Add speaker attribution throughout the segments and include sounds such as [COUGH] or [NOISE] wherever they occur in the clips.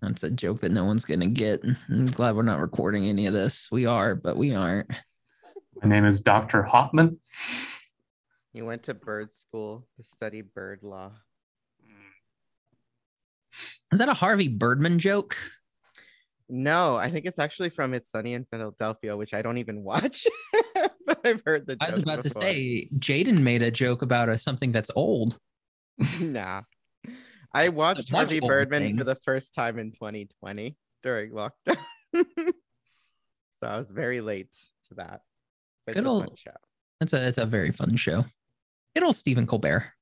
Speaker 1: That's a joke that no one's gonna get. I'm glad we're not recording any of this. We are, but we aren't.
Speaker 2: My name is Dr. Hotman.
Speaker 3: He went to bird school to study bird law.
Speaker 1: Is that a Harvey Birdman joke?
Speaker 3: No, I think it's actually from It's Sunny in Philadelphia, which I don't even [LAUGHS] watch, but I've heard the.
Speaker 1: I was
Speaker 3: joke
Speaker 1: about
Speaker 3: before.
Speaker 1: to say Jaden made a joke about a, something that's old.
Speaker 3: [LAUGHS] nah. I watched
Speaker 1: bunch
Speaker 3: Harvey
Speaker 1: of old
Speaker 3: Birdman for
Speaker 1: things.
Speaker 3: the first time in 2020 during lockdown. [LAUGHS] so I was very late to that. But
Speaker 1: Good
Speaker 3: it's a fun
Speaker 1: old-
Speaker 3: show.
Speaker 1: That's a it's a very fun show. Good old Stephen Colbert.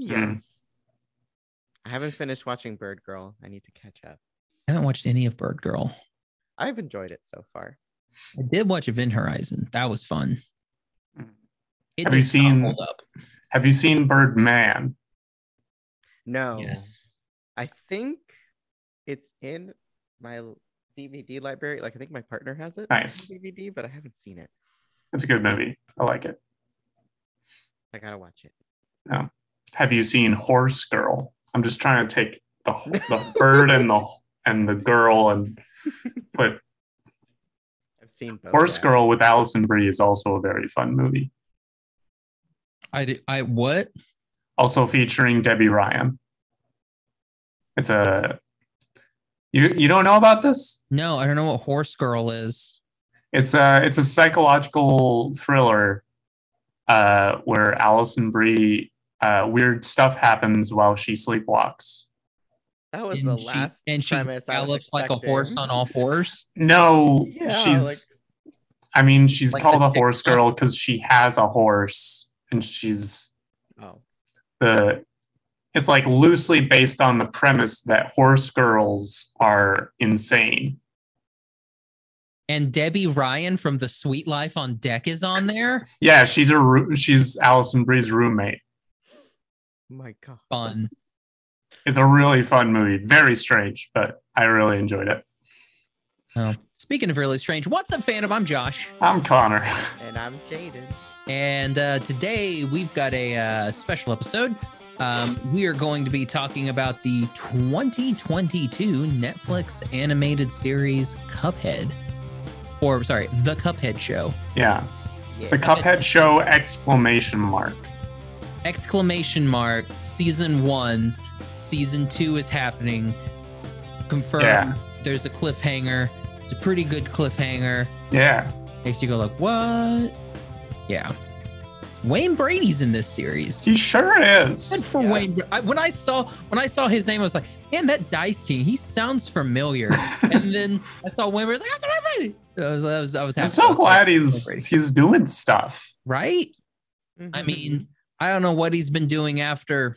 Speaker 1: Hmm.
Speaker 3: Yes. I haven't finished watching Bird Girl. I need to catch up.
Speaker 1: I haven't watched any of Bird Girl.
Speaker 3: I've enjoyed it so far.
Speaker 1: I did watch Event Horizon. That was fun. It
Speaker 2: Have
Speaker 1: did
Speaker 2: you
Speaker 1: not
Speaker 2: seen-
Speaker 1: hold up?
Speaker 2: Have you seen Birdman?
Speaker 3: No.
Speaker 1: Yes.
Speaker 3: I think it's in my l- DVD library. Like I think my partner has it. on
Speaker 2: Nice.
Speaker 3: DVD, but I haven't seen it.
Speaker 2: It's a good movie. I like it.
Speaker 3: I gotta watch it.
Speaker 2: Have you seen Horse Girl? I'm just trying to take the the bird and the and the girl and put
Speaker 3: I've seen both
Speaker 2: Horse
Speaker 3: now.
Speaker 2: Girl with Allison Brie is also a very fun movie.
Speaker 1: I did, I what?
Speaker 2: Also featuring Debbie Ryan. It's a you you don't know about this?
Speaker 1: No, I don't know what Horse Girl is.
Speaker 2: It's a it's a psychological thriller uh, where Allison Brie uh, weird stuff happens while she sleepwalks.
Speaker 3: That was the
Speaker 1: she-
Speaker 3: last
Speaker 1: and she
Speaker 3: premise I was
Speaker 1: gallops like a horse
Speaker 3: expecting.
Speaker 1: on all fours.
Speaker 2: No,
Speaker 3: Yeah,
Speaker 2: she's. I mean, she's
Speaker 1: Like
Speaker 2: called
Speaker 1: the
Speaker 2: a
Speaker 1: chick-
Speaker 2: horse girl because she has a horse, and she's
Speaker 3: Oh.
Speaker 2: the. It's like loosely based on the premise that horse girls are insane.
Speaker 1: And Debbie Ryan from The Sweet Life on Deck is on there.
Speaker 2: Yeah, she's a roo- she's Allison Bree's roommate.
Speaker 3: My God.
Speaker 1: Fun.
Speaker 2: It's a really fun movie. Very strange, but I really enjoyed it.
Speaker 1: Oh. Speaking of really strange, what's up, fandom? I'm Josh.
Speaker 2: I'm Connor.
Speaker 3: And I'm Jaden.
Speaker 1: And uh, today we've got a uh, special episode. Um, we are going to be talking about the 2022 Netflix animated series Cuphead, or sorry, The Cuphead Show.
Speaker 2: Yeah,
Speaker 3: Yeah.
Speaker 2: the Cuphead show exclamation mark.
Speaker 1: Exclamation mark, season one, season two is happening. Confirmed.
Speaker 2: Yeah.
Speaker 1: There's a cliffhanger. It's a pretty good cliffhanger.
Speaker 2: Yeah,
Speaker 1: Makes you go like, what? Yeah. Wayne Brady's in this series.
Speaker 2: he sure is.
Speaker 1: Good for
Speaker 3: Yeah.
Speaker 1: Wayne. Bra- I, when I saw when I saw his name, I was like, "Man, that Dice King. He sounds [LAUGHS] familiar." and then I saw Wayne Brady. I was like, "That's Wayne Brady." I was, I was, I was happy.
Speaker 2: I'm
Speaker 1: I
Speaker 2: so
Speaker 1: was
Speaker 2: glad
Speaker 1: like,
Speaker 2: he's
Speaker 1: Wayne Brady.
Speaker 2: he's doing stuff.
Speaker 1: right. I
Speaker 3: Mhm.
Speaker 1: mean, I don't know what he's been doing after.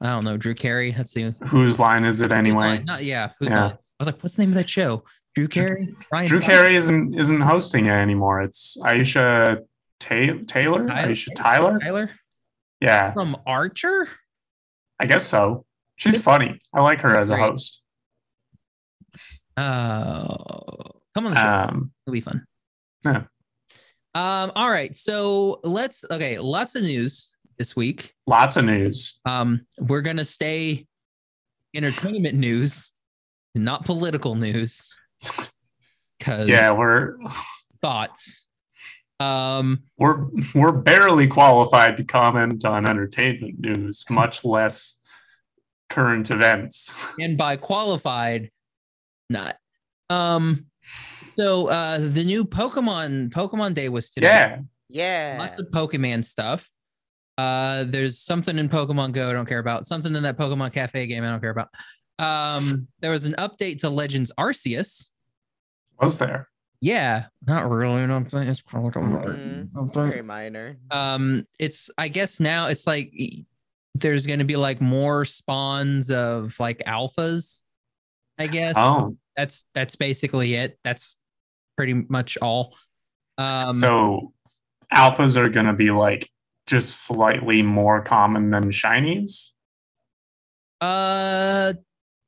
Speaker 1: I don't know Drew Carey. That's the
Speaker 2: Whose line is it anyway?
Speaker 1: Not, yeah. Who's
Speaker 2: Yeah.
Speaker 1: Line? I was like, "What's the name of that show?" Drew Carey. Ryan
Speaker 2: Drew
Speaker 1: Seidel?
Speaker 2: Carey isn't isn't hosting it anymore. It's Aisha Ta- Taylor.
Speaker 1: Tyler?
Speaker 2: Aisha Tyler.
Speaker 1: Tyler
Speaker 2: Yeah,
Speaker 1: from Archer.
Speaker 2: I guess so. She's funny. I like her as a
Speaker 1: Great.
Speaker 2: host.
Speaker 1: Oh, come on the show.
Speaker 2: Um,
Speaker 1: It'll be fun.
Speaker 2: Yeah.
Speaker 1: Um, all right. So let's okay, lots of news this week.
Speaker 2: lots of news.
Speaker 1: Um, we're gonna stay entertainment news, not political
Speaker 2: [LAUGHS]
Speaker 1: news. Cause
Speaker 2: Yeah, we're
Speaker 1: thoughts. Um,
Speaker 2: we're we're barely qualified to comment on entertainment news, much less current events. [LAUGHS]
Speaker 1: and by qualified, not. Um, so uh the new Pokemon Pokemon Day was today.
Speaker 2: Yeah,
Speaker 3: yeah.
Speaker 1: lots of Pokemon stuff. Uh, there's something in Pokemon Go I don't care about. Something in that Pokemon Cafe game I don't care about. Um, there was an update to Legends Arceus.
Speaker 2: was there?
Speaker 1: Yeah, not really. I don't think it's called a-
Speaker 3: Mhm.
Speaker 1: I don't think-
Speaker 3: very minor.
Speaker 1: Um, it's I guess now it's like e- there's going to be like more spawns of like alphas. I guess
Speaker 2: Oh,
Speaker 1: that's that's basically it. That's pretty much all. Um,
Speaker 2: so alphas are going to be like just slightly more common than shinies.
Speaker 1: Uh,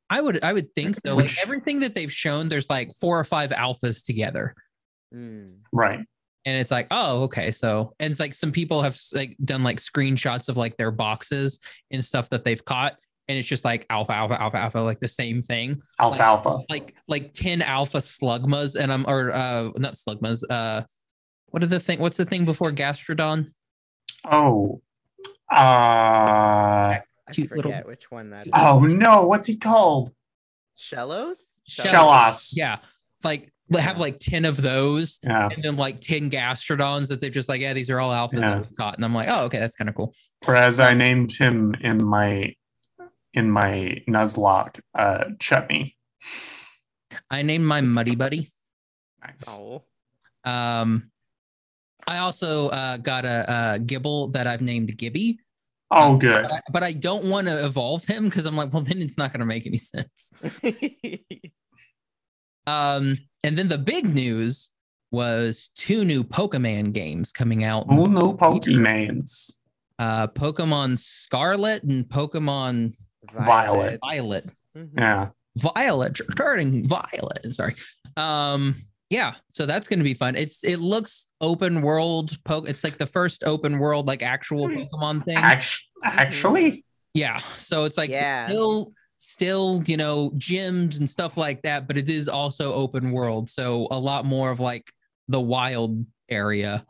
Speaker 1: I would I would think so.
Speaker 2: Which-
Speaker 1: like everything that they've shown, there's like four or five alphas together,
Speaker 3: Mm.
Speaker 2: Right.
Speaker 1: and it's like, oh, okay, so and it's like some people have like done like screenshots of like their boxes and stuff that they've caught, and it's just like alpha, alpha, alpha, alpha, like the same thing,
Speaker 2: Alfalfa.
Speaker 1: like like ten alpha slugmas, and I'm or uh not slugmas. Uh, what are the thing? What's the thing before gastrodon?
Speaker 2: Oh. Uh,
Speaker 3: I
Speaker 1: Cute
Speaker 3: forget
Speaker 1: little-
Speaker 3: which one that is.
Speaker 2: oh no, what's he called?
Speaker 3: Shellos?
Speaker 2: Shellos.
Speaker 1: Yeah, it's like they have like ten of those,
Speaker 2: Yeah,
Speaker 1: and then like ten gastrodons that they're just like, yeah, these are all alphas
Speaker 2: Yeah.
Speaker 1: that we've got, and I'm like, oh, okay, that's kind of cool.
Speaker 2: Whereas I named him in my in my Nuzlocke, uh, Chutney.
Speaker 1: I named my muddy buddy. [LAUGHS]
Speaker 2: Nice.
Speaker 3: Oh, [LAUGHS]
Speaker 1: Um, I also uh, got a, uh Gibble that I've named Gibby,
Speaker 2: Oh, good.
Speaker 1: but I, but I don't want to evolve him because I'm like, well, then it's not going to make any [LAUGHS] sense. Um, and then the big news was two new Pokemon games coming out.
Speaker 2: Who knew Pokemans?
Speaker 1: Uh, Pokemon Scarlet and Pokemon
Speaker 2: Violet.
Speaker 1: Violet.
Speaker 3: Mhm.
Speaker 2: Yeah,
Speaker 1: Violet, starting Violet. Sorry. Um, yeah, so that's going to be fun. It's it looks open world. Po- it's like the first open world, like actual
Speaker 3: Hmm.
Speaker 1: Pokemon thing.
Speaker 2: Actu- actually,
Speaker 1: Yeah. So it's like
Speaker 3: Yeah.
Speaker 1: still still, you know, gyms and stuff like that, but it is also open world. So a lot more of like the wild area.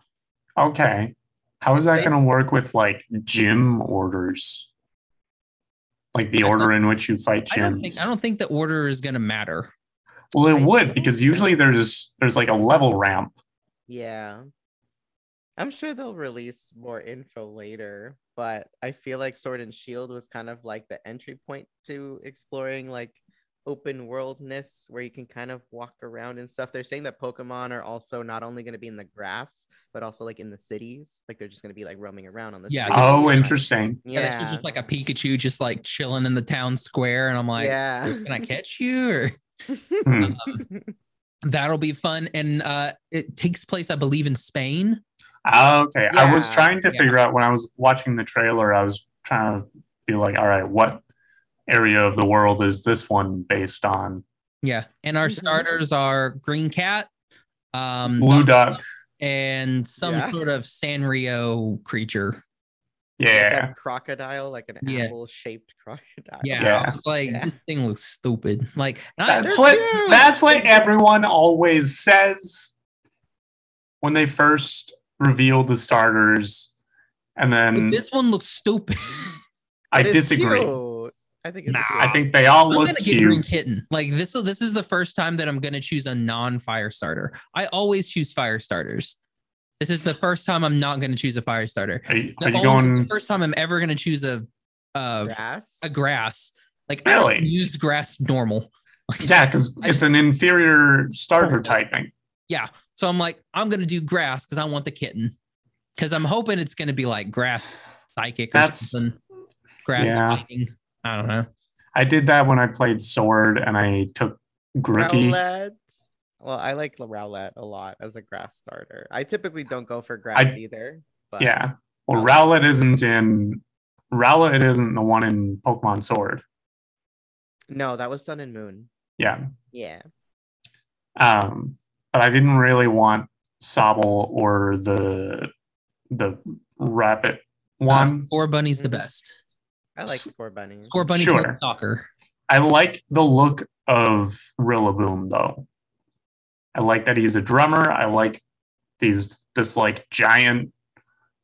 Speaker 2: okay. How is that
Speaker 3: They-
Speaker 2: going to work with like gym orders? Like the
Speaker 1: I don't-
Speaker 2: order in which you fight
Speaker 1: I don't think I
Speaker 2: gyms.
Speaker 1: don't think the order is gonna matter.
Speaker 2: Well, it
Speaker 3: I
Speaker 2: would
Speaker 3: don't
Speaker 2: because usually there's there's like a level ramp.
Speaker 3: Yeah. I'm sure they'll release more info later, but I feel like Sword and Shield was kind of like the entry point to exploring like open worldness where you can kind of walk around and stuff. They're saying that Pokemon are also not only going to be in the grass, but also like in the cities. Like they're just going to be like roaming around on the
Speaker 1: Yeah,
Speaker 3: streets.
Speaker 2: Oh, interesting.
Speaker 1: Yeah.
Speaker 3: Yeah.
Speaker 1: just like a Pikachu just like chilling in the town square. And I'm like,
Speaker 3: yeah.
Speaker 1: can I catch you? Or [LAUGHS]
Speaker 2: Hmm.
Speaker 3: [LAUGHS]
Speaker 1: that'll be fun. And uh it takes place, I believe, in Spain.
Speaker 2: Ah, okay. I was
Speaker 3: Yeah,
Speaker 2: trying to
Speaker 1: yeah.
Speaker 2: figure out when I was watching the trailer, I was trying to be like, all right, what area of the world is this one based on?
Speaker 1: Yeah. And our
Speaker 3: Mhm.
Speaker 1: starters are Green Cat, um
Speaker 2: Blue
Speaker 1: Don-
Speaker 2: Duck.
Speaker 1: and some
Speaker 3: Yeah.
Speaker 1: sort of Sanrio creature.
Speaker 3: Like
Speaker 2: Yeah.
Speaker 3: a crocodile, like an
Speaker 1: Yeah.
Speaker 3: apple shaped crocodile.
Speaker 1: Yeah, I
Speaker 2: Yeah.
Speaker 1: was like,
Speaker 3: Yeah.
Speaker 1: this thing looks stupid. Like, and I-
Speaker 2: That's what
Speaker 1: Hmm.
Speaker 3: cute.
Speaker 2: that's what everyone always says when they first reveal the starters. And then
Speaker 1: this one looks
Speaker 2: [LAUGHS]
Speaker 1: stupid.
Speaker 2: I
Speaker 3: But it's
Speaker 2: disagree.
Speaker 3: cute. I think it's
Speaker 2: Nah,
Speaker 3: cute.
Speaker 2: I think they all
Speaker 1: I'm
Speaker 2: look
Speaker 1: gonna get Green
Speaker 2: cute.
Speaker 1: Kitten. Like this, this is the first time that I'm gonna choose a non-fire starter. I always choose fire starters. This is the first time I'm not gonna choose a fire starter.
Speaker 2: Are you,
Speaker 1: The
Speaker 2: are you
Speaker 1: only- the
Speaker 2: going?
Speaker 1: first time I'm ever gonna choose a uh,
Speaker 3: grass.
Speaker 1: a grass. Like I don't
Speaker 2: Really?
Speaker 1: use grass normal.
Speaker 2: [LAUGHS] Yeah, because
Speaker 1: I
Speaker 2: it's an inferior starter
Speaker 1: Pointless.
Speaker 2: typing.
Speaker 1: Yeah. So I'm like, I'm gonna do grass because I want the kitten. Because I'm hoping it's gonna be like grass psychic or
Speaker 2: That's-
Speaker 1: something. Grass
Speaker 2: Yeah. Um,
Speaker 1: fighting. I don't know.
Speaker 2: I did that when I played Sword and I took Grookey.
Speaker 3: Rowlett. Well, I like the Rowlett a lot as a grass starter. I typically don't go for grass
Speaker 2: I-
Speaker 3: either. But
Speaker 2: Yeah.
Speaker 1: Oh.
Speaker 2: Well, Rowlet isn't in. Rowlet isn't the one in Pokemon Sword.
Speaker 3: No, that was Sun and Moon.
Speaker 2: Yeah.
Speaker 3: Yeah.
Speaker 2: Um, but I didn't really want Sobble or the the rabbit
Speaker 1: Uh,
Speaker 2: one.
Speaker 1: Score Bunny's the best.
Speaker 3: I like
Speaker 2: S-
Speaker 3: Score Bunny.
Speaker 1: Score Bunny
Speaker 2: Sure.
Speaker 1: plays soccer.
Speaker 2: I like the look of Rillaboom though. I like that he's a drummer. I like these this like giant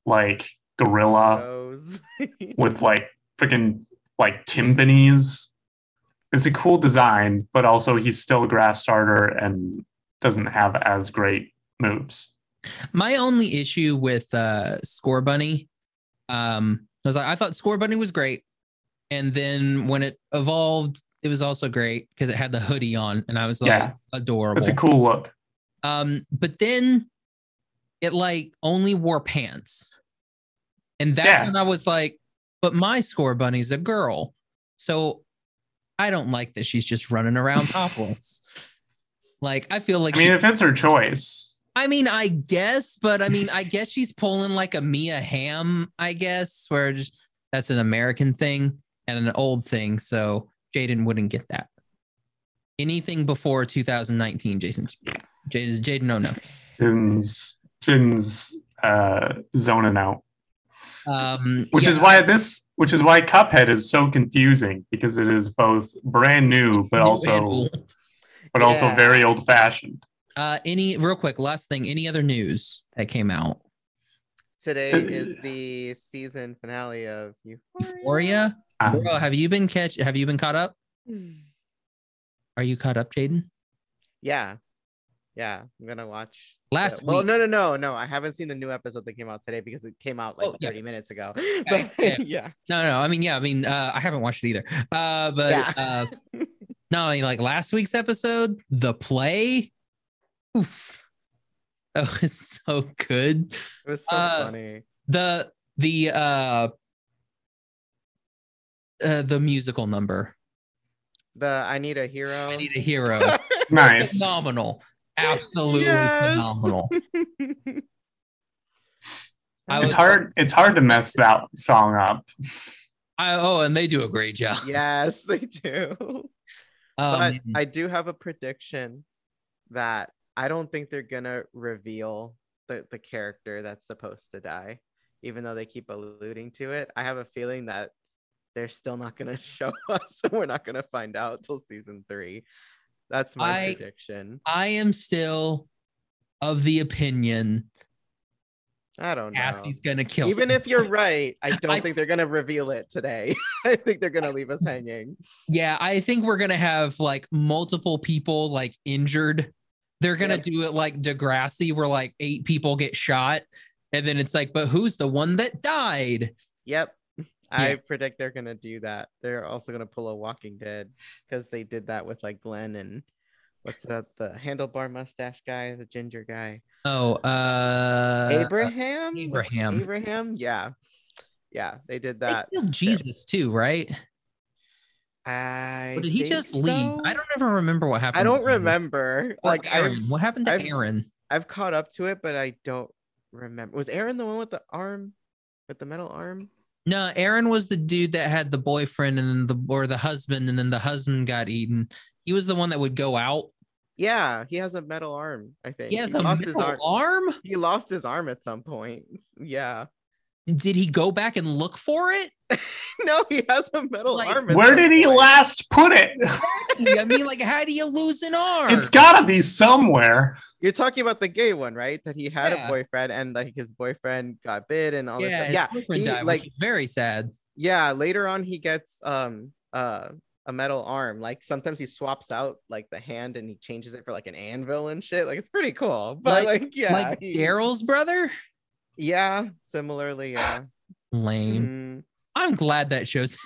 Speaker 2: like gorilla. [LAUGHS]
Speaker 3: Rose.
Speaker 2: with like freaking like timpanis. It's a cool design, but also he's still a grass starter and doesn't have as great moves.
Speaker 1: My only issue with uh Score Bunny, um, was like I thought Score Bunny was great. And then when it evolved, it was also great because it had the hoodie on and I was like
Speaker 2: Yeah.
Speaker 1: adorable.
Speaker 2: It's a cool look.
Speaker 1: Um, but then it like only wore pants. And that's
Speaker 2: Yeah.
Speaker 1: when I was like, but my score bunny's a girl. So I don't like that she's just running
Speaker 2: [LAUGHS]
Speaker 1: around topless. Like I feel like
Speaker 2: I mean,
Speaker 1: she,
Speaker 2: if it's her choice,
Speaker 1: I mean, I guess, but I mean, I guess she's pulling like a Mia Ham, I guess, where just that's an American thing and an old thing. So Jaden wouldn't get that. Anything before 2019, Jason. Jaden, Jaden, no, no.
Speaker 2: Jin's Jin's uh, zoning out.
Speaker 1: Um,
Speaker 2: Which is
Speaker 1: yeah.
Speaker 2: why this, which is why Cuphead is so confusing because it is both brand new, but
Speaker 1: New and
Speaker 2: also,
Speaker 1: old.
Speaker 2: but also
Speaker 3: Yeah.
Speaker 2: very old fashioned.
Speaker 1: uh, any real quick last thing. Any other news that came out?
Speaker 3: [LAUGHS] Today is the season finale of Euphoria.
Speaker 1: Euphoria,
Speaker 2: Ah. Um,
Speaker 1: bro. Have you been catch? Have you been caught up? Are you caught up, Jaden?
Speaker 3: Yeah. Yeah, I'm gonna watch. the-
Speaker 1: Last
Speaker 3: well,
Speaker 1: week-
Speaker 3: no, no, no, no. I haven't seen the new episode that came out today because it came out like
Speaker 1: Oh, yeah.
Speaker 3: 30 minutes ago.
Speaker 1: yeah,
Speaker 3: [LAUGHS] But
Speaker 1: yeah.
Speaker 3: yeah,
Speaker 1: No, no. I mean, yeah. I mean, uh, I haven't watched it either. Uh, but
Speaker 3: Yeah.
Speaker 1: uh, no, I mean, like last week's episode, the play. Oof. Oh, it's [LAUGHS] so good.
Speaker 3: it was so
Speaker 1: Uh,
Speaker 3: funny.
Speaker 1: The the uh, uh the musical number.
Speaker 3: The I need a hero.
Speaker 1: I need a hero.
Speaker 2: [LAUGHS] nice.
Speaker 1: phenomenal. Absolutely
Speaker 3: Yes.
Speaker 1: phenomenal. I
Speaker 2: It's
Speaker 1: was-
Speaker 2: hard. It's hard to mess that song up.
Speaker 1: I, oh, and they do a great job.
Speaker 3: Yes, they do.
Speaker 1: [LAUGHS] Um,
Speaker 3: but I do have a prediction that I don't think they're gonna reveal the, the character that's supposed to die, even though they keep alluding to it. I have a feeling that they're still not gonna [LAUGHS] show us, and we're not gonna find out till season three. That's my
Speaker 1: I-
Speaker 3: prediction.
Speaker 1: I am still of the opinion
Speaker 3: I don't know.
Speaker 1: Cassie's gonna kill.
Speaker 3: even if you're right, I
Speaker 1: [LAUGHS]
Speaker 3: don't
Speaker 1: I-
Speaker 3: think they're gonna reveal it today. [LAUGHS] I think they're gonna leave us hanging.
Speaker 1: Yeah, I think we're gonna have like multiple people like injured. They're gonna
Speaker 3: Yep.
Speaker 1: do it like Degrassi, where like eight people get shot, and then it's like, but who's the one that died?
Speaker 3: Yep. I predict they're gonna do that. They're also gonna pull a Walking Dead because they did that with like Glenn and what's that the handlebar mustache guy, the ginger guy,
Speaker 1: Oh, uh,
Speaker 3: Abraham. Was it
Speaker 1: Abraham.
Speaker 3: Abraham. Yeah, yeah, they did
Speaker 1: they
Speaker 3: that.
Speaker 1: killed Jesus too, right?
Speaker 3: I
Speaker 1: Or did he just leave? I
Speaker 3: I don't.
Speaker 1: don't ever remember what happened.
Speaker 3: I don't
Speaker 1: to Jesus.
Speaker 3: remember.
Speaker 1: Or
Speaker 3: Like I've
Speaker 1: Aaron. what happened to
Speaker 3: I've-
Speaker 1: Aaron?
Speaker 3: I've caught up to it, but I don't remember. Was Aaron the one with the arm, with the metal arm?
Speaker 1: No, Aaron was the dude that had the boyfriend and then the or the husband, and then the husband got eaten. He was the one that would go out.
Speaker 3: Yeah, he has a metal arm. I think
Speaker 1: He has a metal arm.
Speaker 3: He lost his arm at some point. Yeah.
Speaker 1: Did he go back and look for it?
Speaker 3: [LAUGHS] No, he has a metal
Speaker 1: Like-
Speaker 3: arm. at
Speaker 2: Where
Speaker 3: some
Speaker 2: did he
Speaker 3: point.
Speaker 2: last put it?
Speaker 1: I mean, like, how do you lose an arm?
Speaker 2: It's gotta be somewhere.
Speaker 3: You're talking about the gay one, right? That he had
Speaker 1: Yeah.
Speaker 3: a boyfriend and like his boyfriend got bit and all
Speaker 1: yeah,
Speaker 3: this.
Speaker 1: his
Speaker 3: Stuff. Yeah.
Speaker 1: boyfriend
Speaker 3: he,
Speaker 1: died,
Speaker 3: like-
Speaker 1: which is very sad.
Speaker 3: Yeah. Later on, he gets um uh a metal arm. Like sometimes he swaps out like the hand and he changes it for like an anvil and shit. Like it's pretty cool. But like,
Speaker 1: Like-
Speaker 3: yeah.
Speaker 1: like
Speaker 3: he-
Speaker 1: Daryl's brother.
Speaker 3: yeah. Similarly, yeah.
Speaker 1: Lame.
Speaker 3: Mm.
Speaker 1: I'm glad that shows.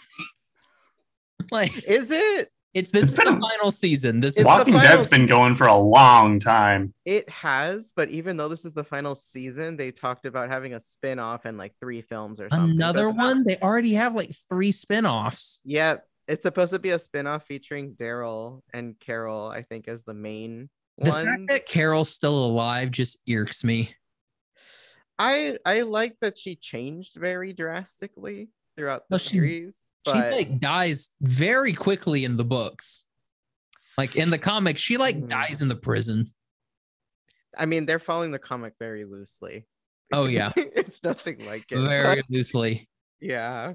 Speaker 1: [LAUGHS] like,
Speaker 3: Is it?
Speaker 1: it's this
Speaker 2: It's
Speaker 1: is
Speaker 2: been
Speaker 1: the
Speaker 2: a-
Speaker 1: final season. This
Speaker 3: It's
Speaker 1: is
Speaker 3: the
Speaker 2: Walking
Speaker 3: final
Speaker 2: Dead's been going for a long time.
Speaker 3: It has, but even though this is the final season, they talked about having a spin off and like three films or something. So
Speaker 1: another
Speaker 3: it's not-
Speaker 1: one. They already have like three spin-offs.
Speaker 3: Yeah, it's supposed to be a spin-off featuring Daryl and Carol, I think, as the main
Speaker 1: The
Speaker 3: ones.
Speaker 1: fact that Carol's still alive just irks me.
Speaker 3: I I like that she changed very drastically throughout the
Speaker 1: Well, she-
Speaker 3: series. But
Speaker 1: She like dies very quickly in the books. Like in the comics, she like
Speaker 3: Mm.
Speaker 1: dies in the prison.
Speaker 3: I mean, they're following the comic very loosely.
Speaker 1: Oh, yeah.
Speaker 3: [LAUGHS] it's nothing like it.
Speaker 1: Very
Speaker 3: but
Speaker 1: loosely.
Speaker 3: yeah.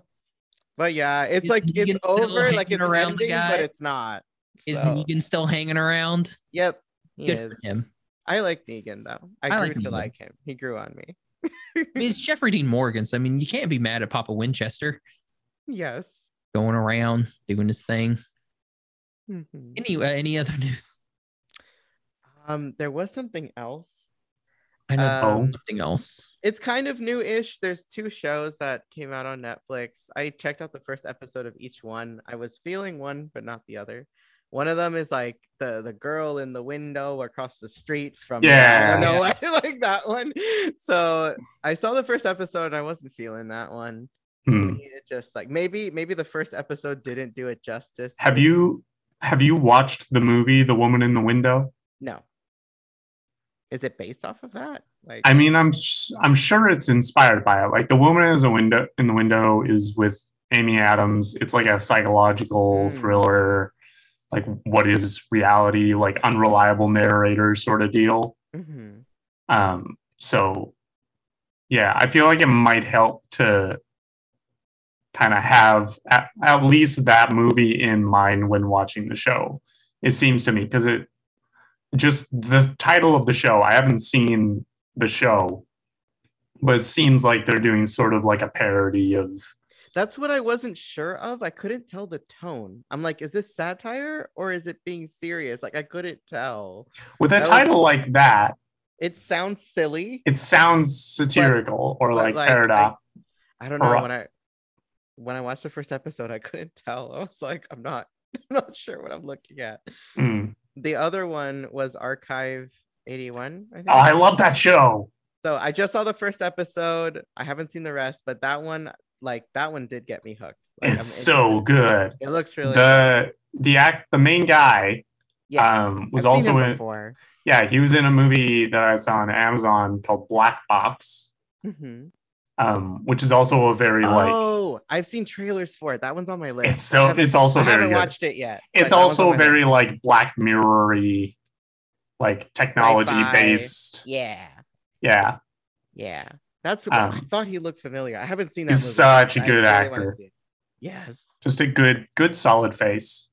Speaker 3: But yeah, it's
Speaker 1: Is
Speaker 3: like
Speaker 1: Negan
Speaker 3: it's
Speaker 1: still
Speaker 3: over, like
Speaker 1: hanging
Speaker 3: it's
Speaker 1: around the
Speaker 3: ending, but
Speaker 1: guy?
Speaker 3: it's not.
Speaker 1: Is
Speaker 3: So,
Speaker 1: Negan still hanging around?
Speaker 3: Yep. He
Speaker 1: Good
Speaker 3: is.
Speaker 1: for him.
Speaker 3: I like Negan though. I,
Speaker 1: I
Speaker 3: grew
Speaker 1: like
Speaker 3: to
Speaker 1: Negan.
Speaker 3: like him. He grew on me.
Speaker 1: I mean, it's Jeffrey Dean Morgan. So I mean, you can't be mad at Papa Winchester
Speaker 3: Yes.
Speaker 1: going around doing his thing.
Speaker 3: Mhm.
Speaker 1: Any uh, any other [LAUGHS] news?
Speaker 3: Um, there was something else.
Speaker 1: I know
Speaker 3: Um,
Speaker 1: nothing else.
Speaker 3: It's kind of new-ish. There's two shows that came out on Netflix. I checked out the first episode of each one. I was feeling one, but not the other. One of them is like the the girl in the window across the street from I don't
Speaker 2: Yeah.
Speaker 3: know why [LAUGHS] I like that one. So I saw the first episode and I wasn't feeling that one. To
Speaker 2: Hmm.
Speaker 3: me, It just like maybe maybe the first episode didn't do it justice.
Speaker 2: Have you have you watched the movie The Woman in the Window?
Speaker 3: No. Is it based off of that? Like
Speaker 2: I mean, I'm s- I'm sure it's inspired by it. Like The Woman is a window in the window is with Amy Adams. It's like a psychological
Speaker 3: Hmm.
Speaker 2: thriller, like what is reality, like
Speaker 3: mm-hmm.
Speaker 2: unreliable narrator sort of deal.
Speaker 3: Mhm.
Speaker 2: Um, so yeah, I feel like it might help to kind of have at, at least that movie in mind when watching the show. It seems to me because it just the title of the show. I haven't seen the show, but it seems like they're doing sort of like a parody of
Speaker 3: That's what I wasn't sure of. I couldn't tell the tone. I'm like, is this satire or is it being serious? Like I couldn't tell.
Speaker 2: with a
Speaker 3: That was-
Speaker 2: title like that.
Speaker 3: It sounds silly.
Speaker 2: It sounds satirical or
Speaker 3: but,
Speaker 2: like,
Speaker 3: like, I-
Speaker 2: paradox.
Speaker 3: I don't know
Speaker 2: Alright.
Speaker 3: when I when I watched the first episode, I couldn't [LAUGHS] tell. I was like, I'm not [LAUGHS] I'm not sure what I'm looking at.
Speaker 2: Mm.
Speaker 3: The other one was Archive 81, I think.
Speaker 2: Oh, I love that show.
Speaker 3: so I just saw the first episode. I haven't seen the rest, but that one, like that one did get me hooked. Like, I'm
Speaker 2: It's so
Speaker 3: interested.
Speaker 2: good.
Speaker 3: It looks really
Speaker 2: The the act the main guy,
Speaker 3: yes.
Speaker 2: um, was
Speaker 3: I've seen
Speaker 2: also
Speaker 3: him
Speaker 2: in-
Speaker 3: before.
Speaker 2: yeah, he was in a movie that I saw on Amazon called Black Box,
Speaker 3: Mhm.
Speaker 2: um, which is also a very like
Speaker 3: oh, I've seen trailers for it. That one's on my list.
Speaker 2: it's so
Speaker 3: I haven't,
Speaker 2: it's also
Speaker 3: I
Speaker 2: very
Speaker 3: haven't
Speaker 2: good.
Speaker 3: watched it yet. but
Speaker 2: it's
Speaker 3: that one's on
Speaker 2: also
Speaker 3: my
Speaker 2: very
Speaker 3: list.
Speaker 2: like black mirror-y like technology based
Speaker 3: yeah,
Speaker 2: yeah
Speaker 3: yeah. That's I
Speaker 2: Um,
Speaker 3: thought he looked familiar. I haven't seen that.
Speaker 2: he's
Speaker 3: movie
Speaker 2: such a
Speaker 3: yet, but I
Speaker 2: good
Speaker 3: really wanna
Speaker 2: actor.
Speaker 3: see it. Yes,
Speaker 2: just a good good solid face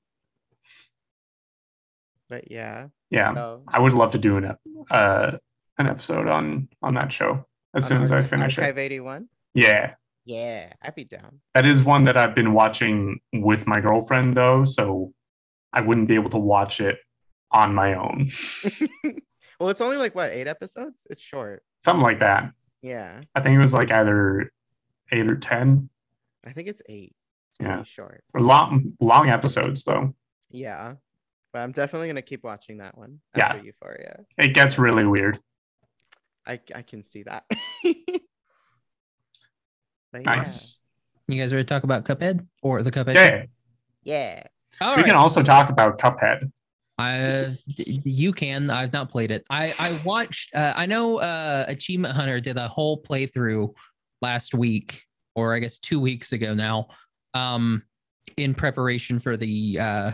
Speaker 3: but yeah.
Speaker 2: yeah
Speaker 3: So
Speaker 2: i would love to do an ep- uh an episode on on that show as
Speaker 3: on
Speaker 2: soon as i
Speaker 3: Archive-
Speaker 2: finish it
Speaker 3: Archive 81.
Speaker 2: yeah
Speaker 3: Yeah, I'd be down. [LAUGHS]
Speaker 2: that is one that i've been watching with my girlfriend though so i wouldn't be able to watch it on my own
Speaker 3: well, it's only like what eight episodes. It's short.
Speaker 2: something like that
Speaker 3: Yeah,
Speaker 2: i think it was like either eight or ten
Speaker 3: I think it's eight. It's
Speaker 2: Yeah.
Speaker 3: pretty short.
Speaker 2: or long long episodes though
Speaker 3: Yeah, but I'm definitely gonna keep watching that one.
Speaker 2: Yeah.
Speaker 3: After Euphoria.
Speaker 2: it gets really weird
Speaker 3: I I can see that. [LAUGHS] but
Speaker 2: nice
Speaker 1: You guys ready to talk about Cuphead or the Cuphead?
Speaker 2: Yeah,
Speaker 3: Yeah.
Speaker 1: All
Speaker 2: we
Speaker 1: right.
Speaker 2: can also talk about Cuphead.
Speaker 1: I, Uh, you can. I've not played it. I I watched. Uh, I know uh, Achievement Hunter did a whole playthrough last week, or I guess two weeks ago now, um, in preparation for the uh,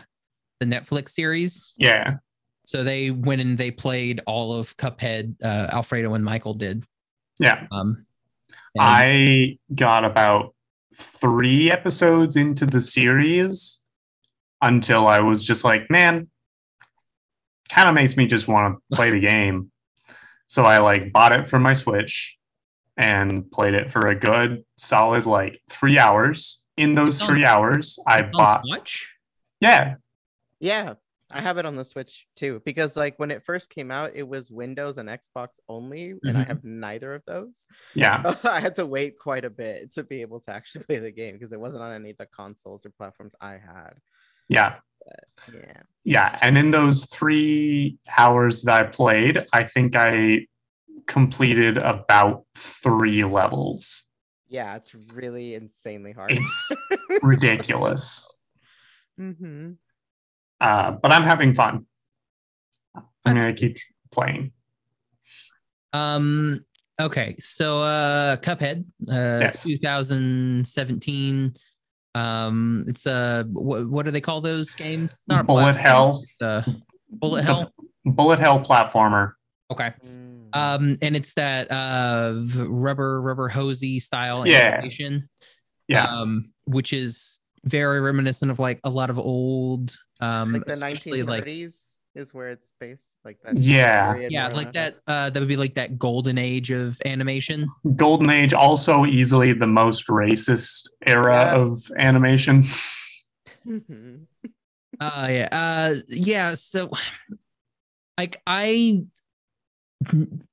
Speaker 1: the Netflix series.
Speaker 2: Yeah,
Speaker 1: So they went and they played all of Cuphead. Uh, Alfredo and Michael did.
Speaker 2: yeah.
Speaker 1: Um, and-
Speaker 2: I got about three episodes into the series until I was just like, man, kind of makes me just want to play the game. So I like bought it for my Switch and played it for a good solid like three hours. In those
Speaker 1: It's on-
Speaker 2: three hours, I
Speaker 1: it's on
Speaker 2: bought
Speaker 1: Switch?
Speaker 2: yeah,
Speaker 3: Yeah. I have it on the Switch too because like when it first came out, it was Windows and Xbox only, and I
Speaker 1: Mhm.
Speaker 3: have neither of those. [LAUGHS]
Speaker 2: yeah,
Speaker 3: I had to wait quite a bit to be able to actually play the game because it wasn't on any of the consoles or platforms I had.
Speaker 2: yeah.
Speaker 3: Yeah.
Speaker 2: Yeah, and in those three hours that I played, I think I completed about three levels.
Speaker 3: Yeah, it's really insanely hard.
Speaker 2: It's ridiculous,
Speaker 1: Mm-hmm.
Speaker 3: hmm
Speaker 2: uh, but I'm having fun. I'm
Speaker 1: That's
Speaker 2: gonna keep playing.
Speaker 1: Um. Okay. So, uh, Cuphead, uh,
Speaker 2: Yes.
Speaker 1: 2017. Um, it's a what? What do they call those games? Not a
Speaker 2: Bullet
Speaker 1: platform,
Speaker 2: Hell.
Speaker 1: It's a bullet
Speaker 2: It's a
Speaker 1: hell.
Speaker 2: bullet hell platformer.
Speaker 1: Okay.
Speaker 3: Mm.
Speaker 1: Um, and it's that uh v- rubber rubber hosey style
Speaker 2: Yeah.
Speaker 1: animation.
Speaker 2: Yeah.
Speaker 1: Um, which is very reminiscent of like a lot of old um
Speaker 3: like the
Speaker 1: especially,
Speaker 3: 1930s
Speaker 1: like
Speaker 3: is where it's based. Like
Speaker 2: Yeah.
Speaker 3: period,
Speaker 1: yeah,
Speaker 3: more or
Speaker 1: like
Speaker 3: less.
Speaker 1: [LAUGHS] that uh that would be like that golden age of animation.
Speaker 2: Golden Age, also easily the most racist era
Speaker 3: Yeah.
Speaker 2: of animation.
Speaker 1: Mm-hmm.
Speaker 3: Mhm.
Speaker 1: uh yeah uh yeah so like i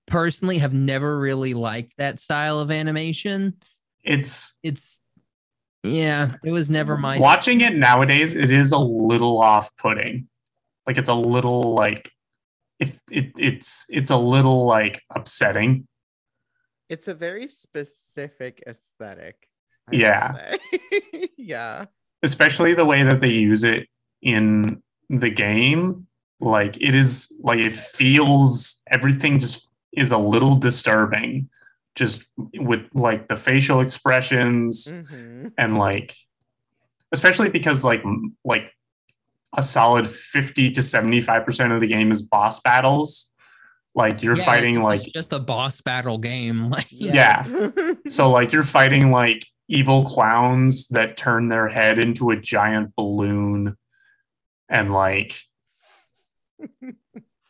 Speaker 1: personally have never really liked that style of animation
Speaker 2: it's
Speaker 1: it's yeah it was never my
Speaker 2: watching it nowadays it is a little off-putting like it's a little like it, it it's it's a little like upsetting
Speaker 3: It's a very specific aesthetic. I would
Speaker 2: Yeah.
Speaker 3: say. [LAUGHS] yeah.
Speaker 2: especially the way that they use it in the game like it is like it feels everything just is a little disturbing just with like the facial expressions
Speaker 3: Mhm.
Speaker 2: and like especially because like m- like a solid 50 to 75% of the game is boss battles Like you're
Speaker 1: Yeah,
Speaker 2: fighting
Speaker 1: it's
Speaker 2: like
Speaker 1: just a boss battle game. [LAUGHS] Like
Speaker 2: so like you're fighting like evil clowns that turn their head into a giant balloon and like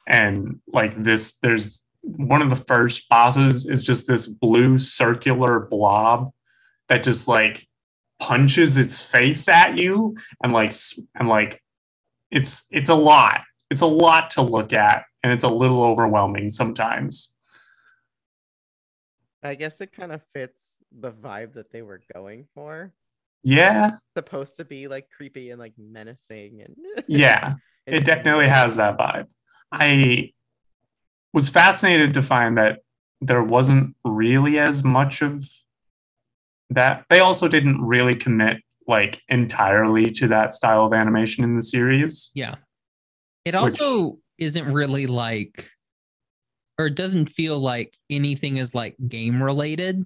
Speaker 2: and like this there's one of the first bosses is just this blue circular blob that just like punches its face at you and like s- and like it's it's a lot it's a lot to look at and it's a little overwhelming sometimes
Speaker 3: [LAUGHS] I guess it kind of fits the vibe that they were going for.
Speaker 2: yeah
Speaker 3: Supposed to be like creepy and like menacing and [LAUGHS]
Speaker 2: yeah it definitely has that vibe i was fascinated to find that there wasn't really as much of that they also didn't really commit like entirely to that style of animation in the series
Speaker 1: Yeah. It also isn't really like, or it doesn't feel like anything is like game related.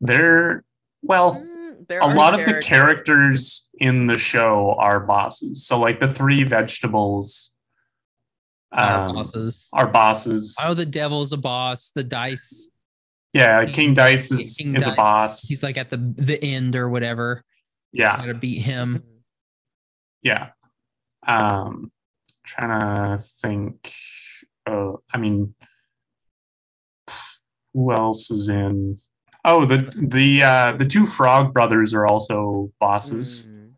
Speaker 2: they're well
Speaker 3: Mm, there
Speaker 2: a
Speaker 3: are
Speaker 2: lot of the characters in the show are bosses so like the three vegetables
Speaker 1: Our
Speaker 2: um,
Speaker 1: bosses.
Speaker 2: are bosses
Speaker 1: oh, the devil's a boss. The dice,
Speaker 2: yeah king dice is,
Speaker 1: King
Speaker 2: is
Speaker 1: Dice,
Speaker 2: a boss
Speaker 1: he's like at the the end or whatever.
Speaker 2: yeah
Speaker 1: Gotta beat him.
Speaker 2: yeah um trying to think uh i mean who else is in oh the the uh the two frog brothers are also bosses
Speaker 3: Mm.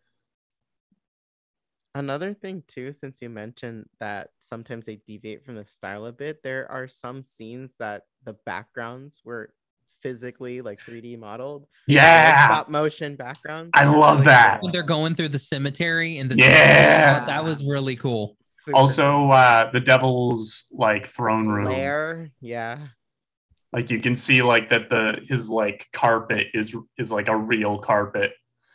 Speaker 3: Another thing too, since you mentioned that sometimes they deviate from the style a bit, there are some scenes that the backgrounds were physically like 3D modeled. like,
Speaker 2: yeah
Speaker 3: stop motion backgrounds.
Speaker 2: I
Speaker 3: They're
Speaker 2: love
Speaker 3: really
Speaker 2: that.
Speaker 1: When they're going through the cemetery and the
Speaker 2: Yeah.
Speaker 1: that was really cool.
Speaker 3: Super
Speaker 2: also uh the devil's like throne room
Speaker 3: lair. Yeah.
Speaker 2: like you can see like that the his like carpet is is like a real carpet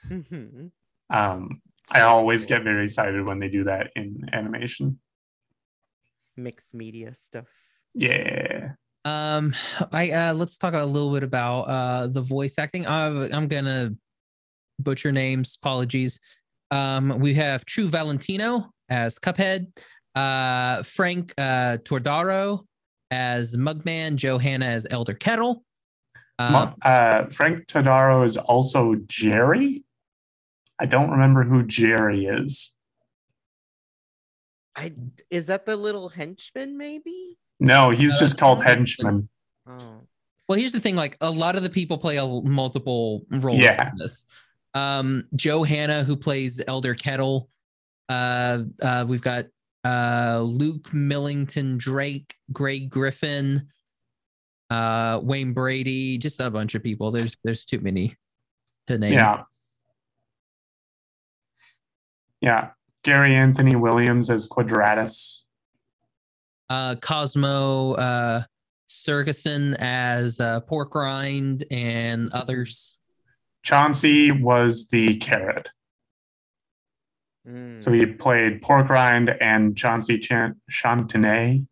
Speaker 3: Mhm.
Speaker 2: um i always get very excited when they do that in animation
Speaker 3: mixed media stuff.
Speaker 2: yeah
Speaker 1: Um, I uh, let's talk a little bit about uh the voice acting. Uh, I'm gonna butcher names. Apologies. Um, we have True Valentino as Cuphead, uh, Frank uh, Tordaro as Mugman, Johanna as Elder Kettle. Uh,
Speaker 2: Mo- uh, Frank Todaro is also Jerry. I don't remember who Jerry is.
Speaker 3: I is that the little henchman maybe?
Speaker 2: No, he's
Speaker 1: Uh,
Speaker 2: just called henchman.
Speaker 3: Oh.
Speaker 1: well, here's the thing: like a lot of the people play a l- multiple roles
Speaker 2: Yeah.
Speaker 1: in this. Um, Johanna, who plays Elder Kettle. Uh, uh, we've got uh, Luke Millington Drake, Greg Griffin, uh, Wayne Brady, just a bunch of people. There's there's too many to name.
Speaker 2: Yeah. Yeah. Gary Anthony Williams as Quadratus.
Speaker 1: Uh, Cosmo uh, Sergison as uh, Pork Rind and others.
Speaker 2: Chauncey was the carrot. So
Speaker 3: Mm.
Speaker 2: he
Speaker 1: Hmm.
Speaker 2: played Pork Rind and Chauncey Chan- Chantenay.